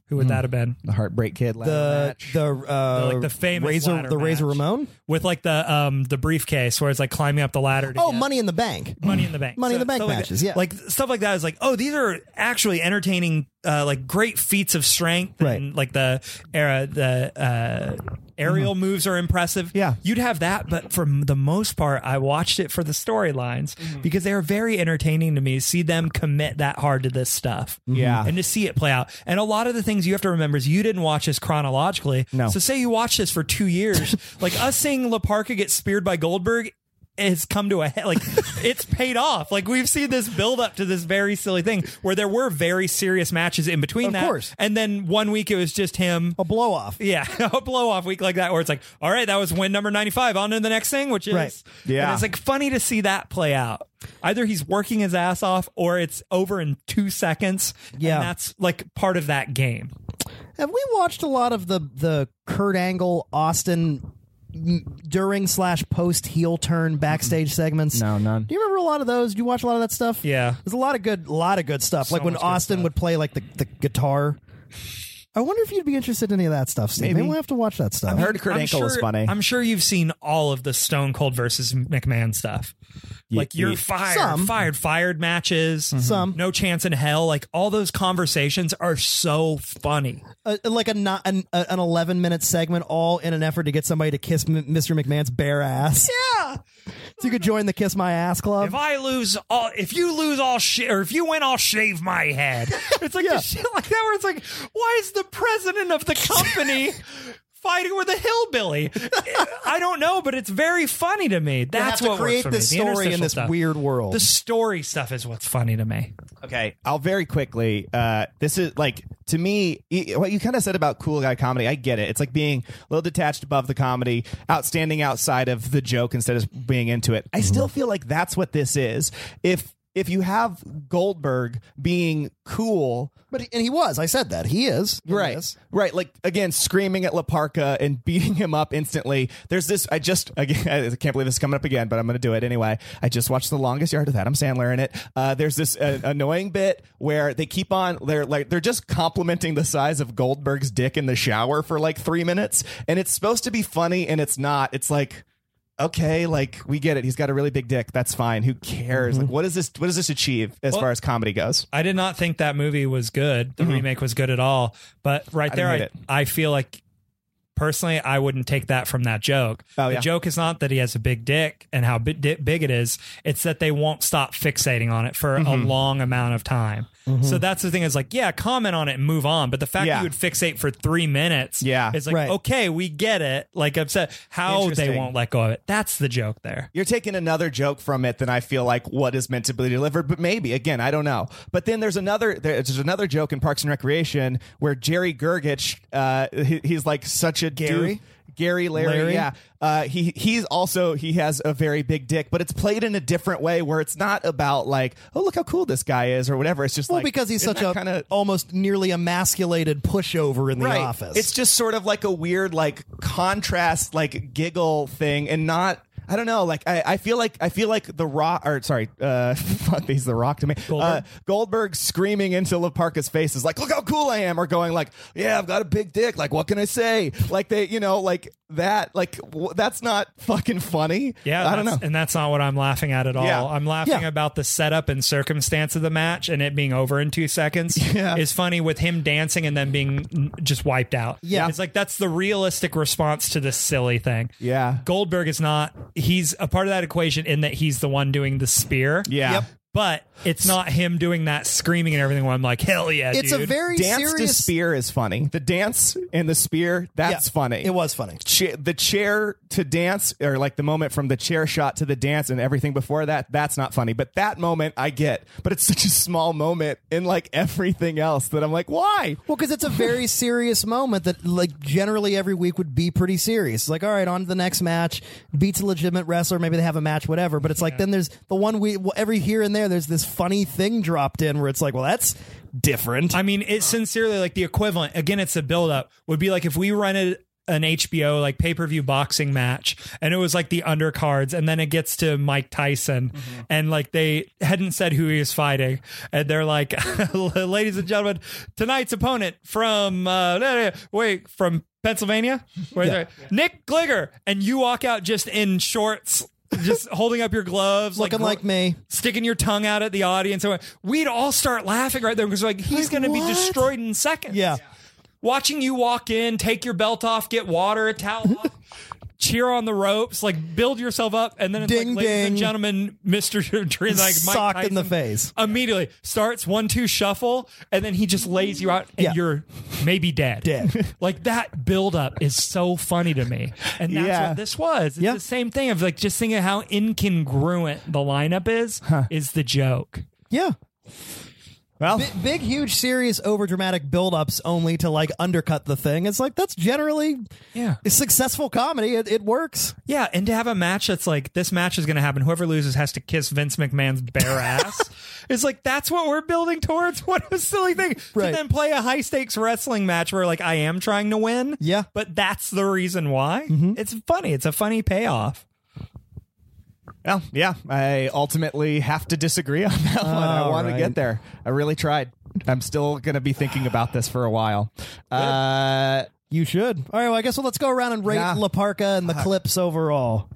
who would that have been? the heartbreak kid the the uh, Like the famous razor ladder the razor match. Ramon. With like the um the briefcase where it's like climbing up the ladder. To Oh, get Money in the Bank. Money in the bank. Money in the Bank stuff like that. matches, yeah. like stuff like that is like, oh, these are actually entertaining, uh, like great feats of strength, Right. and like the era, the uh, aerial moves are impressive. Mm-hmm. Yeah. you'd have that, but for m- the most part, I watched it for the storylines Mm-hmm. because they are very entertaining to me. to See them commit that hard to this stuff, Mm-hmm. Yeah. and to see it play out. And a lot of the things you have to remember is you didn't watch this chronologically. No. so say you watch this for two years, like us seeing Laparca get speared by Goldberg has come to a head. Like it's paid off. Like we've seen this build up to this very silly thing where there were very serious matches in between Of that. course. And then one week it was just him. A blow off. Yeah, a blow off week like that where it's like, all right, that was win number 95. On to the next thing, which is. Right. Yeah. And it's like funny to see that play out. Either he's working his ass off or it's over in two seconds. Yeah. And that's like part of that game. Have we watched a lot of the the Kurt Angle Austin m- during slash post heel turn backstage segments? No, none. Do you remember a lot of those? Do you watch a lot of that stuff? Yeah. there's a lot of good, lot of good stuff. like when much good Austin would play like the, the guitar. I wonder if you'd be interested in any of that stuff, Steve. Maybe, Maybe. we'll have to watch that stuff. heard Kurt I'm Angle was sure- funny. I'm sure you've seen all of the Stone Cold versus McMahon stuff. like you're fired, Some. fired, fired matches. Mm-hmm. Some. no chance in hell. Like all those conversations are so funny. Uh, like a not an, a- an eleven minute segment, all in an effort to get somebody to kiss M- Mr. McMahon's bare ass. Yeah. So you could join the Kiss My Ass Club. If I lose all, if you lose all shit, or if you win, I'll shave my head. It's like Yeah. the shit like that, where it's like, why is the president of the company fighting with a hillbilly? I don't know, but it's very funny to me. You That's have to what create works for this me. The story in interstitial this stuff. weird world. The story stuff is what's funny to me. Okay, I'll very quickly. Uh, this is like to me y- what you kind of said about cool guy comedy. I get it. It's like being a little detached above the comedy, outstanding outside of the joke instead of being into it. I still Mm-hmm. feel like that's what this is. If if you have Goldberg being cool, but and he was. I said that he is. He right, is. right, like again screaming at Laparca and beating him up instantly. There's this. I just again I can't believe this is coming up again, but I'm going to do it anyway. I just watched the longest yard with Adam Sandler in it. Uh, there's this uh, annoying bit where they keep on. They're like they're just complimenting the size of Goldberg's dick in the shower for like three minutes, and it's supposed to be funny, and it's not. It's like. Okay, like we get it. He's got a really big dick. That's fine. Who cares? Like, what does this? What does this achieve as far as comedy goes? I did not think that movie was good. The remake was good at all. But right Mm-hmm. I there, didn't I, hate I feel like personally, I wouldn't take that from that joke. Oh, the yeah. joke is not that he has a big dick and how big, di- big it is. It's that they won't stop fixating on it for Mm-hmm. a long amount of time. So that's the thing is like, yeah, comment on it and move on. But the fact Yeah. that you would fixate for three minutes Yeah. is like, Right. okay, we get it. Like upset how they Interesting. won't let go of it. That's the joke there. you're taking another joke from it than I feel like what is meant to be delivered. But maybe again, I don't know. But then there's another there's another joke in Parks and Recreation where Jerry Gergich, uh, he- he's like such a Gary? dude. Gary Larry, Larry? yeah. Uh, he he's also he has a very big dick, but it's played in a different way where it's not about like oh look how cool this guy is or whatever. It's just Well, like, because he's isn't such that a kinda- almost nearly emasculated pushover in the right. office. It's just sort of like a weird like contrast like giggle thing and not I don't know. Like I, I feel like I feel like the rock or sorry, uh fuck he's the rock to me. Goldberg? Uh, Goldberg screaming into Laparca's face is like, look how cool I am, or going like, Yeah, I've got a big dick, like what can I say? Like they you know, like that, like w- that's not fucking funny. Yeah, I don't know. that's- And that's not what I'm laughing at at all. Yeah. I'm laughing Yeah. about the setup and circumstance of the match and it being over in two seconds. Yeah. Is funny with him dancing and then being n- just wiped out. Yeah. It's like that's the realistic response to this silly thing. Yeah. Goldberg is not, he's a part of that equation in that he's the one doing the spear. Yeah. Yep. But it's not him doing that screaming and everything where I'm like, hell yeah, it's dude. a very Dance serious to spear is funny. The dance and the spear, Yeah, that's funny. It was funny. cha- the chair to dance or like the moment from the chair shot to the dance and everything before that that's not funny but that moment i get but it's such a small moment in like everything else that i'm like why Well, because it's a very serious moment that, like, generally every week would be pretty serious. It's like, all right, on to the next match. Beats a legitimate wrestler. Maybe they have a match, whatever. But it's like, then there's the one week, well, every here and there, there's this funny thing dropped in where it's like, well, that's different. I mean, it's sincerely like the equivalent. Again, it's a build up. Would be like if we rented an HBO like pay per view boxing match, and it was like the undercards, and then it gets to Mike Tyson, Mm-hmm. and like they hadn't said who he was fighting, and they're like, "Ladies and gentlemen, tonight's opponent from uh, da- da- wait from Pennsylvania, Wait, wait. Nick Gligger," and you walk out just in shorts. Just holding up your gloves, Looking gro- like me. sticking your tongue out at the audience. We'd all start laughing right there because like he's Like, going to be what? destroyed in seconds. Yeah. Watching you walk in, take your belt off, get water, a towel off, cheer on the ropes, like build yourself up, and then it's Ding, like, ladies and ding. gentlemen, Mister Dream, like Mike Socked in the Tyson face. immediately starts one two shuffle, and then he just lays you out, and Yeah. you're maybe dead. Dead. like that build up is so funny to me, and that's Yeah. what this was. It's Yeah. the same thing of like just thinking how incongruent the lineup is is the joke. yeah. well B- big, huge, serious, overdramatic buildups only to, like, undercut the thing. It's like, that's generally Yeah. successful comedy. It, it works. Yeah, and to have a match that's like this match is going to happen. Whoever loses has to kiss Vince McMahon's bare ass. it's like that's what we're building towards. What a silly thing Right. to then play a high stakes wrestling match where like I am trying to win. Yeah. Mm-hmm. but that's the reason why. It's funny. It's a funny payoff. well yeah i ultimately have to disagree on that one i All want right. to get there i really tried i'm still gonna be thinking about this for a while uh You should. All right, well, I guess well, let's go around and rate Yeah. Uh-huh. La Parca and the clips overall.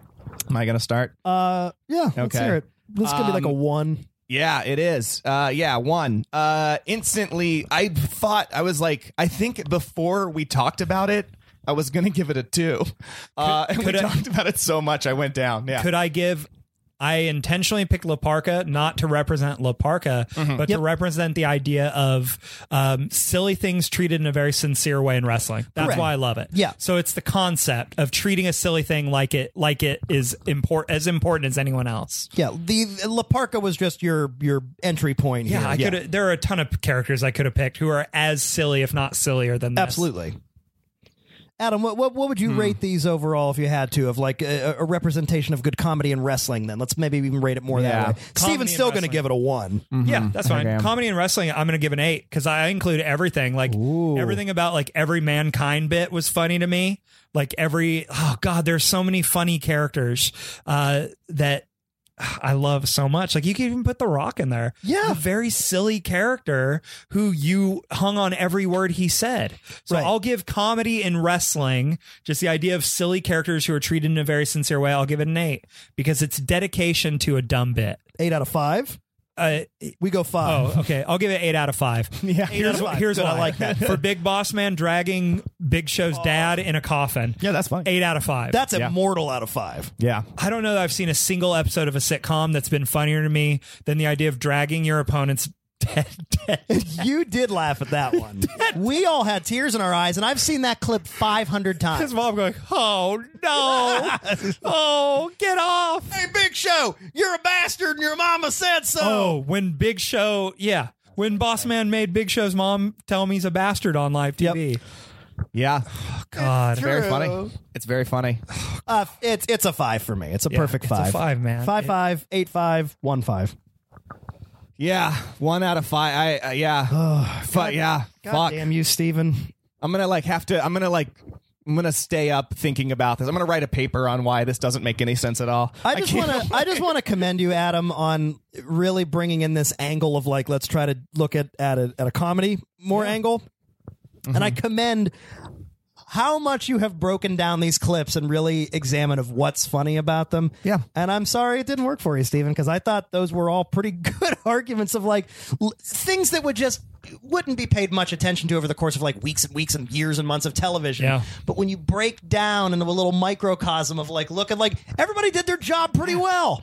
Am I going to start? Uh, yeah, let's Okay. hear it. This could be like a one. Yeah, it is. Uh, yeah, one. Uh, instantly, I thought I was like, I think before we talked about it, I was gonna give it a two. Uh, and could we I- talked about it so much, I went down. Yeah, Could I give? I intentionally picked La Parca not to represent La Parca, but to represent the idea of um, silly things treated in a very sincere way in wrestling. That's Correct. why I love it. Yeah. So it's the concept of treating a silly thing like it like it is import as important as anyone else. Yeah, the La Parca was just your your entry point. Yeah, here. I could. There are a ton of characters I could have picked who are as silly, if not sillier, than this. absolutely. Adam, what, what what would Hmm. you rate these overall if you had to of like a, a representation of good comedy and wrestling? Then let's maybe even rate it more Yeah. that way. and Steven's still going to wrestling. Hmm. give it a one. Yeah, that's fine. Comedy and wrestling, I'm going to give an eight because I include everything. Like everything about like every mankind bit was funny to me. Like every oh god, there's so many funny characters uh, that I love so much. Like you can even put The Rock in there. Yeah. a very silly character who you hung on every word he said. So Right. I'll give comedy and wrestling just the idea of silly characters who are treated in a very sincere way. I'll give it an eight because it's dedication to a dumb bit. Eight out of five. Uh, We go five. Oh, okay. I'll give it eight out of five. Yeah, here's five. here's Good, I why. like that. for Big Boss Man dragging Big Show's dad in a coffin. yeah, that's fine. Eight out of five. That's a mortal out of five. Yeah, I don't know that I've seen a single episode of a sitcom that's been funnier to me than the idea of dragging your opponent's dead. dead. You did laugh at that one. we all had tears in our eyes, and I've seen that clip 500 times. His mom going, oh no, oh get off. Hey, Big Show, you're a bastard, and your mama said so. Oh, when Big Show, yeah. When Boss Man made Big Show's mom tell him he's a bastard on live TV. yeah. God, Very True. funny. It's very funny. Uh, it's it's a five for me. It's a perfect it's a five. five, man. Five, It- five, eight, five, one, five. Yeah, one out of five. I uh, yeah, fuck yeah, God fuck. damn you, Steven. I'm gonna like have to. I'm gonna like. I'm gonna stay up thinking about this. I'm gonna write a paper on why this doesn't make any sense at all. I just can't- want to I just want to commend you, Adam, on really bringing in this angle of like let's try to look at at a, at a comedy more angle, and I commend how much you have broken down these clips and really examined of what's funny about them. Yeah. and I'm sorry it didn't work for you, Steven, because I thought those were all pretty good arguments of like l- things that would just wouldn't be paid much attention to over the course of like weeks and weeks and years and months of television. Yeah. But when you break down into a little microcosm of like, look at like everybody did their job pretty well.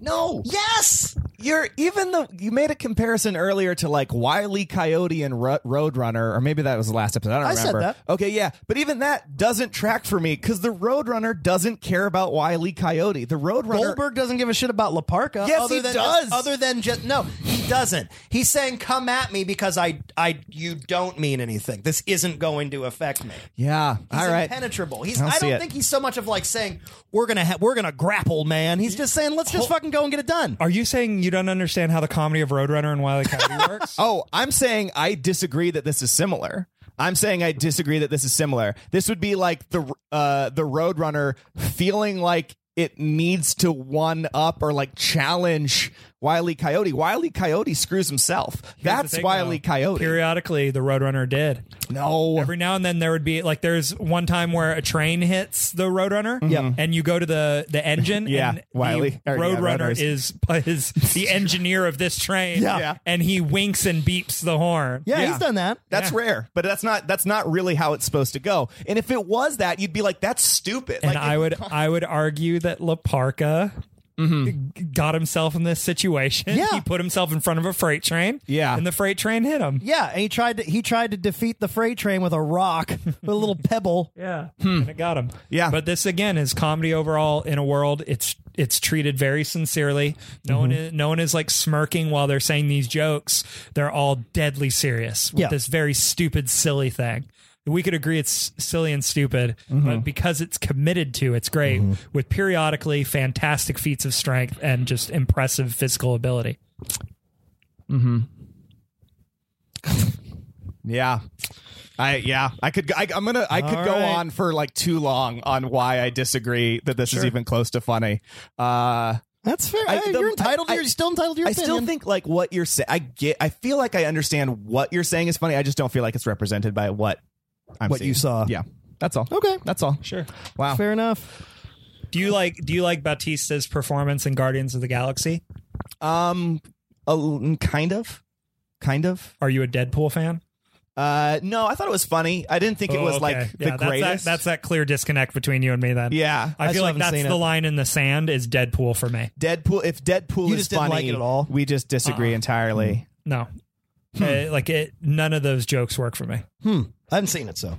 no. Yes. You're even the you made a comparison earlier to like Wiley Coyote and Ro- Roadrunner, or maybe that was the last episode. I don't I said remember. that. Okay, yeah, but even that doesn't track for me because the Roadrunner doesn't care about Wiley Coyote. The Roadrunner, Goldberg doesn't give a shit about Laparca. Yes, other he than, does. Other than just no, he doesn't. He's saying, "Come at me because I, I, you don't mean anything. This isn't going to affect me." yeah, He's all right, impenetrable. He's. I'll I see don't it. think he's so much of like saying we're gonna ha- we're gonna grapple, man. He's just saying let's just fucking go and get it done. Are you saying you don't understand how the comedy of Roadrunner and Wile E. Coyote works? Oh, I'm saying I disagree that this is similar. I'm saying I disagree that this is similar. This would be like the uh, the Roadrunner feeling like it needs to one up or like challenge Wiley Coyote. Wiley Coyote screws himself. Here's the That's thing, Wiley though. Coyote. Periodically, the Roadrunner did. No. Every now and then, there would be like there's one time where a train hits the Roadrunner, Yep. and you go to the the engine. Yeah, and Wiley. The Or, yeah, Roadrunner Runners. is is the engineer of this train. Yeah. Yeah. and he winks and beeps the horn. yeah, he's done that. That's Yeah. rare, but that's not that's not really how it's supposed to go. And if it was that, you'd be like, "That's stupid." and like, I would I would argue that Laparca. Got himself in this situation. Yeah. He put himself in front of a freight train. Yeah. And the freight train hit him. Yeah, and he tried to he tried to defeat the freight train with a rock, with a little pebble. Yeah, and it got him. Yeah. but this again is comedy overall in a world. It's it's treated very sincerely. No one is, no one is like smirking while they're saying these jokes. They're all deadly serious with Yeah. this very stupid, silly thing. We could agree it's silly and stupid, but because it's committed to, it's great with periodically fantastic feats of strength and just impressive physical ability. yeah, I yeah, I could go- I, I'm gonna I could All go right. on for like too long on why I disagree that this is even close to funny. Uh, That's fair. I- Hey, the- you're entitled. I- you're still entitled to your I opinion. still think like what you're saying. I get. I feel like I understand what you're saying is funny. I just don't feel like it's represented by what I'm What you seeing. saw. Yeah, that's all. Okay. that's all. Sure. Wow. fair enough. Do you like Do you like Batista's performance in Guardians of the Galaxy? Um, a, kind of, kind of. Are you a Deadpool fan? Uh, no, I thought it was funny. I didn't think it Oh, was okay. like the Yeah, that's that- greatest. that's that clear disconnect between you and me. Then yeah. I feel still like haven't that's seen the it. line in the sand is Deadpool for me. Deadpool. If Deadpool You is just didn't funny like it at all? Ah. Hmm. we just disagree entirely. No, Hmm. Uh, like it, none of those jokes work for me. I haven't seen it, so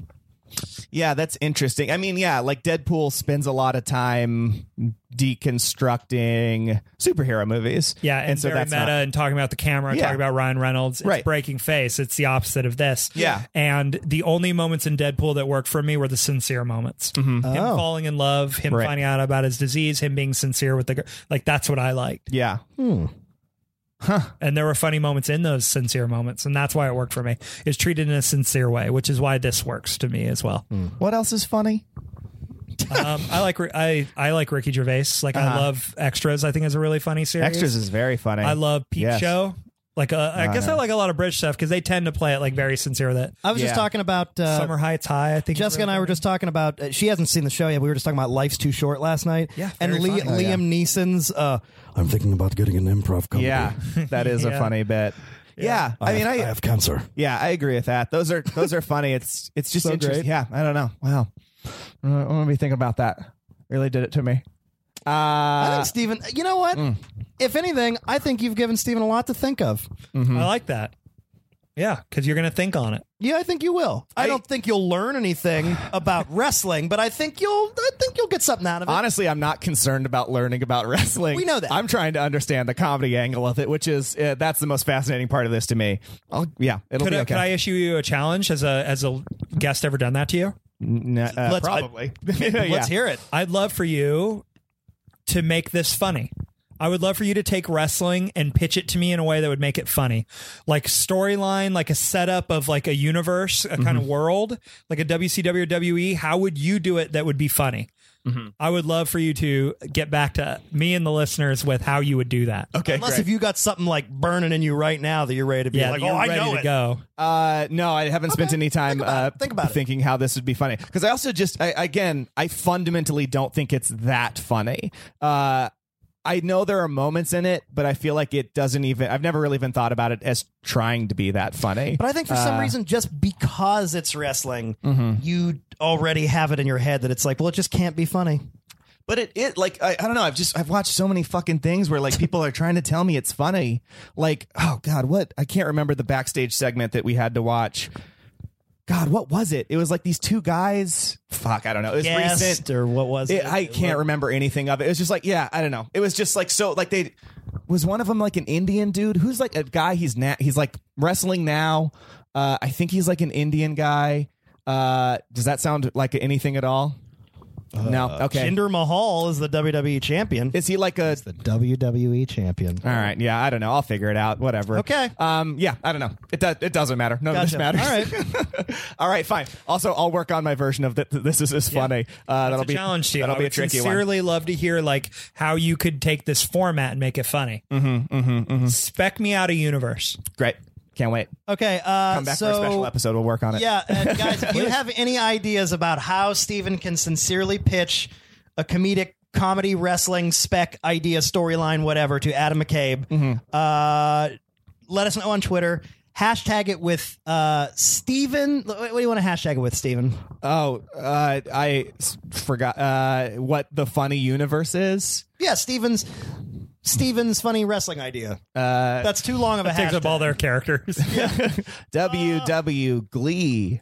Yeah, that's interesting. I mean, yeah, like Deadpool spends a lot of time deconstructing superhero movies. Yeah, and, and so very that's meta not- and talking about the camera, Yeah. talking about Ryan Reynolds. It's Right. breaking face. It's the opposite of this. Yeah. And the only moments in Deadpool that worked for me were the sincere moments. Him Oh. falling in love, him Mm-hmm. Right. finding out about his disease, him being sincere with the girl. Like that's what I liked. yeah. And there were funny moments in those sincere moments, and that's why it worked for me. It's treated in a sincere way, which is why this works to me as well. What else is funny? um, I like Ri- I I like Ricky Gervais. Like I love Extras. I think is a really funny series. Uh-huh. Extras is very funny. I love Peep Yes. Show. Like uh, I guess I no. like a lot of British stuff because they tend to play it like very sincere. That I was just Yeah. talking about uh, Summer Heights High. I think is Jessica and really I were funny. just talking about. Uh, she hasn't seen the show yet. We were just talking about Life's Too Short last night. Yeah, and very Lia- funny. Liam Neeson's. Uh, I'm thinking about getting an improv company. Yeah, that is Yeah. a funny bit. Yeah, I, mean, I, cancer. yeah, I agree with that. Those are those are funny. It's it's just So interesting. great. Yeah, I don't know. Wow, Uh, I'm gonna be thinking about that. Really did it to me. Uh, I think Steven, you know what? If anything, I think you've given Steven a lot to think of. I like that. Yeah, because you're gonna think on it. Yeah, I think you will. I, don't think you'll learn anything about wrestling, but I think you'll I think you'll get something out of it. Honestly, I'm not concerned about learning about wrestling. We know that. I'm trying to understand the comedy angle of it, which is uh, that's the most fascinating part of this to me. I'll, yeah, it'll Could be I, okay. could I issue you a challenge? Has a has a guest ever done that to you? N- uh, let's- probably. Yeah. Let's hear it. I'd love for you to make this funny. I would love for you to take wrestling and pitch it to me in a way that would make it funny. Like storyline, like a setup of like a universe, a kind Mm-hmm. of world, like a WCW or WWE. E. How would you do it that would be funny? Mm-hmm. I would love for you to get back to me and the listeners with how you would do that. Okay, Unless great. if you got something like burning in you right now that you're ready to be Yeah, like, you're oh, I ready know to it. go. Uh, no, I haven't spent any time Think about uh, it. Think about it. thinking how this would be funny because I also just I, again I fundamentally don't think it's that funny. Uh, I know there are moments in it, but I feel like it doesn't even. I've never really even thought about it as trying to be that funny. But I think for some reason, just because it's wrestling, you already have it in your head that it's like, well, it just can't be funny. But it, it like I, I don't know. I've just I've watched so many fucking things where like people are trying to tell me it's funny. Like oh god, what I can't remember the backstage segment that we had to watch. God, what was it? It was like these two guys. Fuck, I don't know. It was Guest recent or what was it? It- I can't remember anything of it. It was just like yeah, I don't know. It was just like so like they was one of them like an Indian dude who's like a guy. He's na- he's like wrestling now. Uh, I think he's like an Indian guy. Uh, does that sound like anything at all? Uh, no. Okay. Jinder Mahal is the WWE champion. Is he like a? E WWE champion. All right, yeah, I don't know. I'll figure it out. Whatever. Okay. Um. Yeah, I don't know. It does. It doesn't matter. None Gotcha. of this matters. All right. all right. Fine. Also, I'll work on my version of that. This is is funny. Uh, that'll It's be a challenge to you. That'll I be a would tricky one. sincerely love to hear like how you could take this format and make it funny. Mm-hmm, Spec me out a universe. Great. Can't wait. Okay. Uh, Come back so, for a special episode. We'll work on it. Yeah, and guys, if you have any ideas about how Steven can sincerely pitch a comedic comedy, wrestling, spec, idea, storyline, whatever to Adam McCabe, Mm-hmm. uh, let us know on Twitter. Hashtag it with uh, Steven. What what do you want to hashtag it with, Steven? Oh, uh, I s- forgot uh, what the funny universe is. Yeah, Steven's Steven's funny wrestling idea. Uh, That's too long of a Takes hashtag. up all their characters. WW Glee.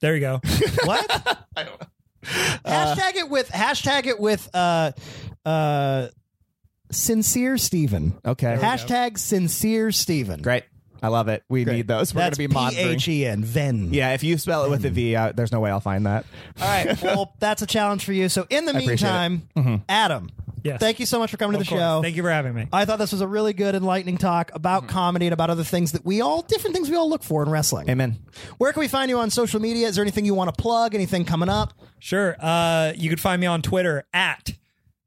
There you go. What? Hashtag it with hashtag it with uh uh sincere Steven. Okay. Hashtag sincere Steven. Great. I love it. We need those. We're That's gonna be monitoring. P-H-E-N, Ven. Yeah, if you spell it with a V, uh, there's no way I'll find that. All right. Well, that's a challenge for you. So in the appreciate Mm-hmm. meantime, Adam, Yes. thank you so much for coming Of to the course. show. Thank you for having me. I thought this was a really good enlightening talk about Mm-hmm. comedy and about other things that we all different things we all look for in wrestling. Amen. Where can we find you on social media? Is there anything you want to plug? Anything coming up? Sure. Uh, you can find me on Twitter at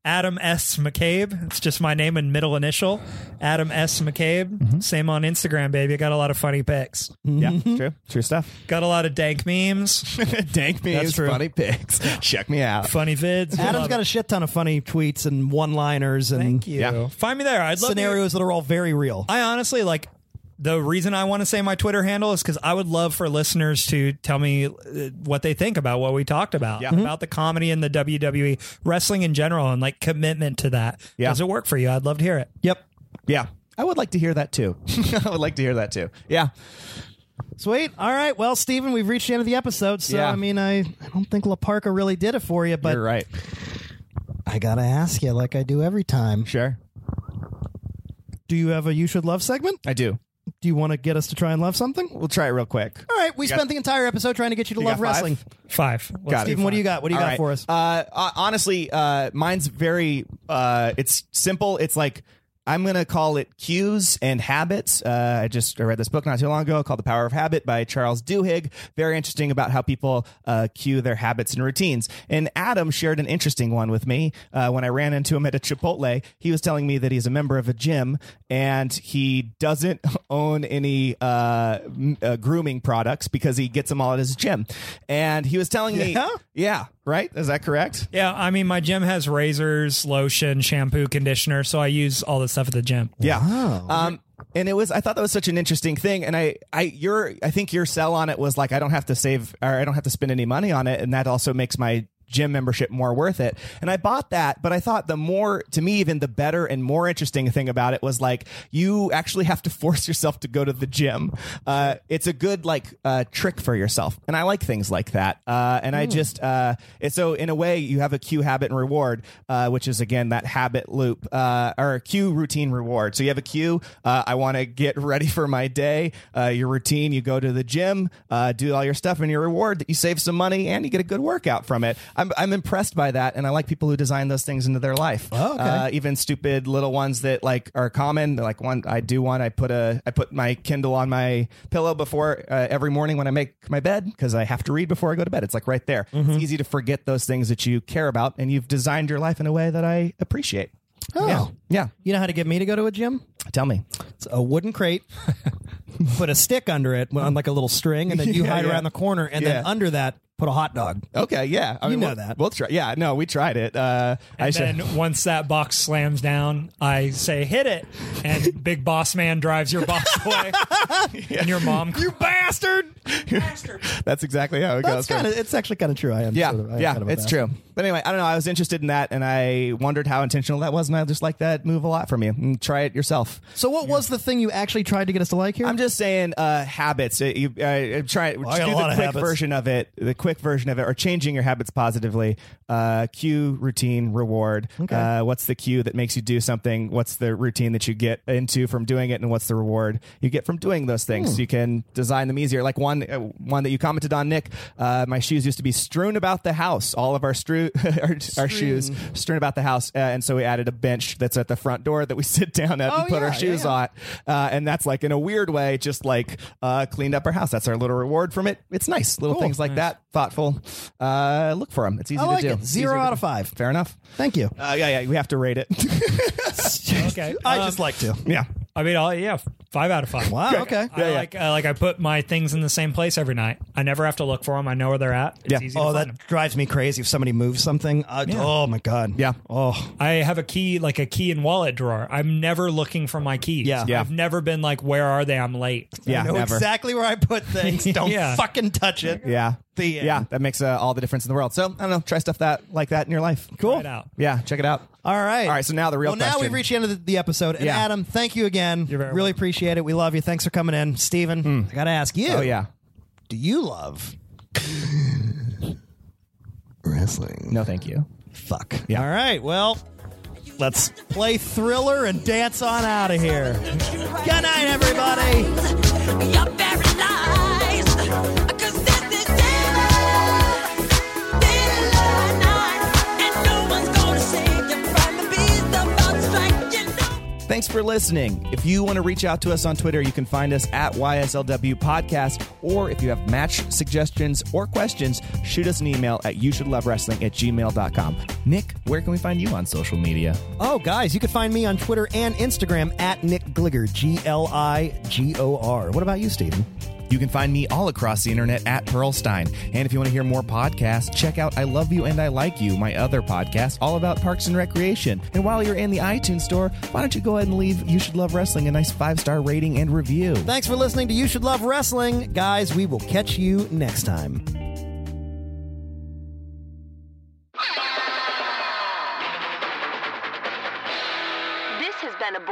Adam S. McCabe. It's just my name and middle initial. Adam S. McCabe. Mm-hmm. Same on Instagram, baby. I got a lot of funny pics. Yeah, true, true stuff. Got a lot of dank memes, Dank me, That's is true. funny pics. Check me out. funny vids. Adam's Love got it. a shit ton of funny tweets and one-liners and Thank you. Yeah. Find me there. I'd love to- scenarios that are all very real. I honestly like the reason I want to say my Twitter handle is because I would love for listeners to tell me uh, what they think about what we talked about Mm-hmm. about the comedy and the WWE wrestling in general and like commitment to that. Yeah. Does it work for you? I'd love to hear it. yep. Yeah, I would like to hear that too. I would like to hear that too. Yeah, Sweet. All right. Well, Steven, we've reached the end of the episode. So, Yeah. I mean, I, I don't think LaParca really did it for you, but you're right. I got to ask you, like I do every time. Sure, Do you have a You Should Love segment? I do. Do you want to get us to try and love something? All We'll try it real quick. right. We got- spent the entire episode trying to get you to You love got five? wrestling. Five. Let's Got it. Steven, what do you got? What do you All got right. for us? Uh, uh, honestly, uh, mine's very. Uh, it's simple. It's like I'm gonna call it cues and habits. Uh, I just I read this book not too long ago called The Power of Habit by Charles Duhigg. Very interesting about how people uh, cue their habits and routines. And Adam shared an interesting one with me uh, when I ran into him at a Chipotle. He was telling me that he's a member of a gym and he doesn't own any uh, m- uh, grooming products because he gets them all at his gym. And he was telling me, Yeah? yeah, right? Is that correct? Yeah, I mean, my gym has razors, lotion, shampoo, conditioner, so I use all the stuff at the gym. Yeah. Um, and it was I thought that was such an interesting thing, and I I your I think your sell on it was like I don't have to save or I don't have to spend any money on it, and that also makes my gym membership more worth it. And I bought that, but I thought the more to me even the better and more interesting thing about it was like you actually have to force yourself to go to the gym. Uh, it's a good like uh, trick for yourself, and I like things like that. Uh, and I just uh, and so in a way you have a cue habit and reward, uh, which is again that habit loop uh, or cue routine reward. So you have a cue. Uh, I want to get ready for my day. Uh, your routine. You go to the gym, uh, do all your stuff, and your reward that you save some money and you get a good workout from it. I'm, I'm impressed by that, and I like people who design those things into their life. Oh, okay. Uh, even stupid little ones that like are common. Like one, I do one. I put a I put my Kindle on my pillow before uh, every morning when I make my bed because I have to read before I go to bed. It's like right there. Mm-hmm. It's easy to forget those things that you care about, and you've designed your life in a way that I appreciate. Oh. Yeah. Yeah. You know how to get me to go to a gym? Tell me. It's a wooden crate. put a stick under it on like a little string, and then you Yeah, hide yeah. around the corner, and then Yeah, under that, put a hot dog. Okay. Yeah. I You know we'll- that. We'll try. Yeah. No, we tried it. Uh, I And should. then once that box slams down, I say, hit it. And Big Boss Man drives your box away. And your mom. You bastard! That's exactly how it goes. That's kind of. It's actually kind of true. I am. Yeah, sort of- I am yeah, kind of a it's bastard. true. But anyway, I don't know. I was interested in that, and I wondered how intentional that was, and I just like that move a lot from you. And try it yourself. So, what was the thing you actually tried to get us to like here? I'm just saying uh, habits. Uh, you uh, try I got do a lot the of quick habits. version of it. The quick version of it, or changing your habits positively. Uh, cue, routine, reward. Uh, what's the cue that makes you do something? What's the routine that you get into from doing it, and what's the reward you get from doing those things? Hmm. You can design them easier. Like one uh, one that you commented on, Nick. Uh, my shoes used to be strewn about the house. All of our strew our, our shoes strewn about the house, uh, and so we added a bench that's at the front door that we sit down at Oh, and put yeah, our yeah, shoes yeah. on lot. Uh, and that's like in a weird way, just like uh, cleaned up our house. That's our little reward from it. It's nice. Little things like that. Thoughtful. Uh, look for them. It's easy I like to do. it. It's Zero easier to out of do. five. Fair enough. Thank you. Uh, yeah, yeah. We have to rate it. Okay. I Um, just like to. yeah. I mean, I'll, yeah, five out of five. Wow. Okay. I like uh, like I put my things in the same place every night. I never have to look for them. I know where they're at. It's Yeah. easy to Oh, find that 'em. drives me crazy if somebody moves something. I- Oh my god. Yeah. Oh. I have a key like a key and wallet drawer. I'm never looking for my keys. Yeah. Yeah. I've never been like, where are they? I'm late. Yeah. I know never. exactly where I put things. Don't Yeah. fucking touch it. Yeah. The end. yeah. That makes uh, all the difference in the world. So I don't know. Try stuff that like that in your life. Cool. Try it out. Yeah. Check it out. All right. All right, so now the real Well, now question. we've reached the end of the, the episode. And Yeah. Adam, thank you again. You're very really welcome. appreciate it. We love you. Thanks for coming in, Steven, I gotta ask you. Oh yeah. Do you love wrestling? No, thank you. Fuck. All right. Well, let's play Thriller and dance on out of here. Good night, everybody. You're very nice, 'cause this is dinner, dinner night, and no one's gonna save you from the beast about strike. You know. Thanks for for listening. If you want to reach out to us on Twitter, you can find us at YSLW Podcast. Or if you have match suggestions or questions, shoot us an email at you should love wrestling at gmail.com. Nick, where can we find you on social media? Oh, guys, you can find me on Twitter and Instagram at Nick Gligor, G L I G O R. What about you, Steven? You can find me all across the internet at Pearlstein. And if you want to hear more podcasts, check out I Love You and I Like You, my other podcast, all about parks and recreation. And while you're in the iTunes store, why don't you go ahead and leave You Should Love Wrestling a nice five star rating and review? Thanks for listening to You Should Love Wrestling. Guys, we will catch you next time. This has been a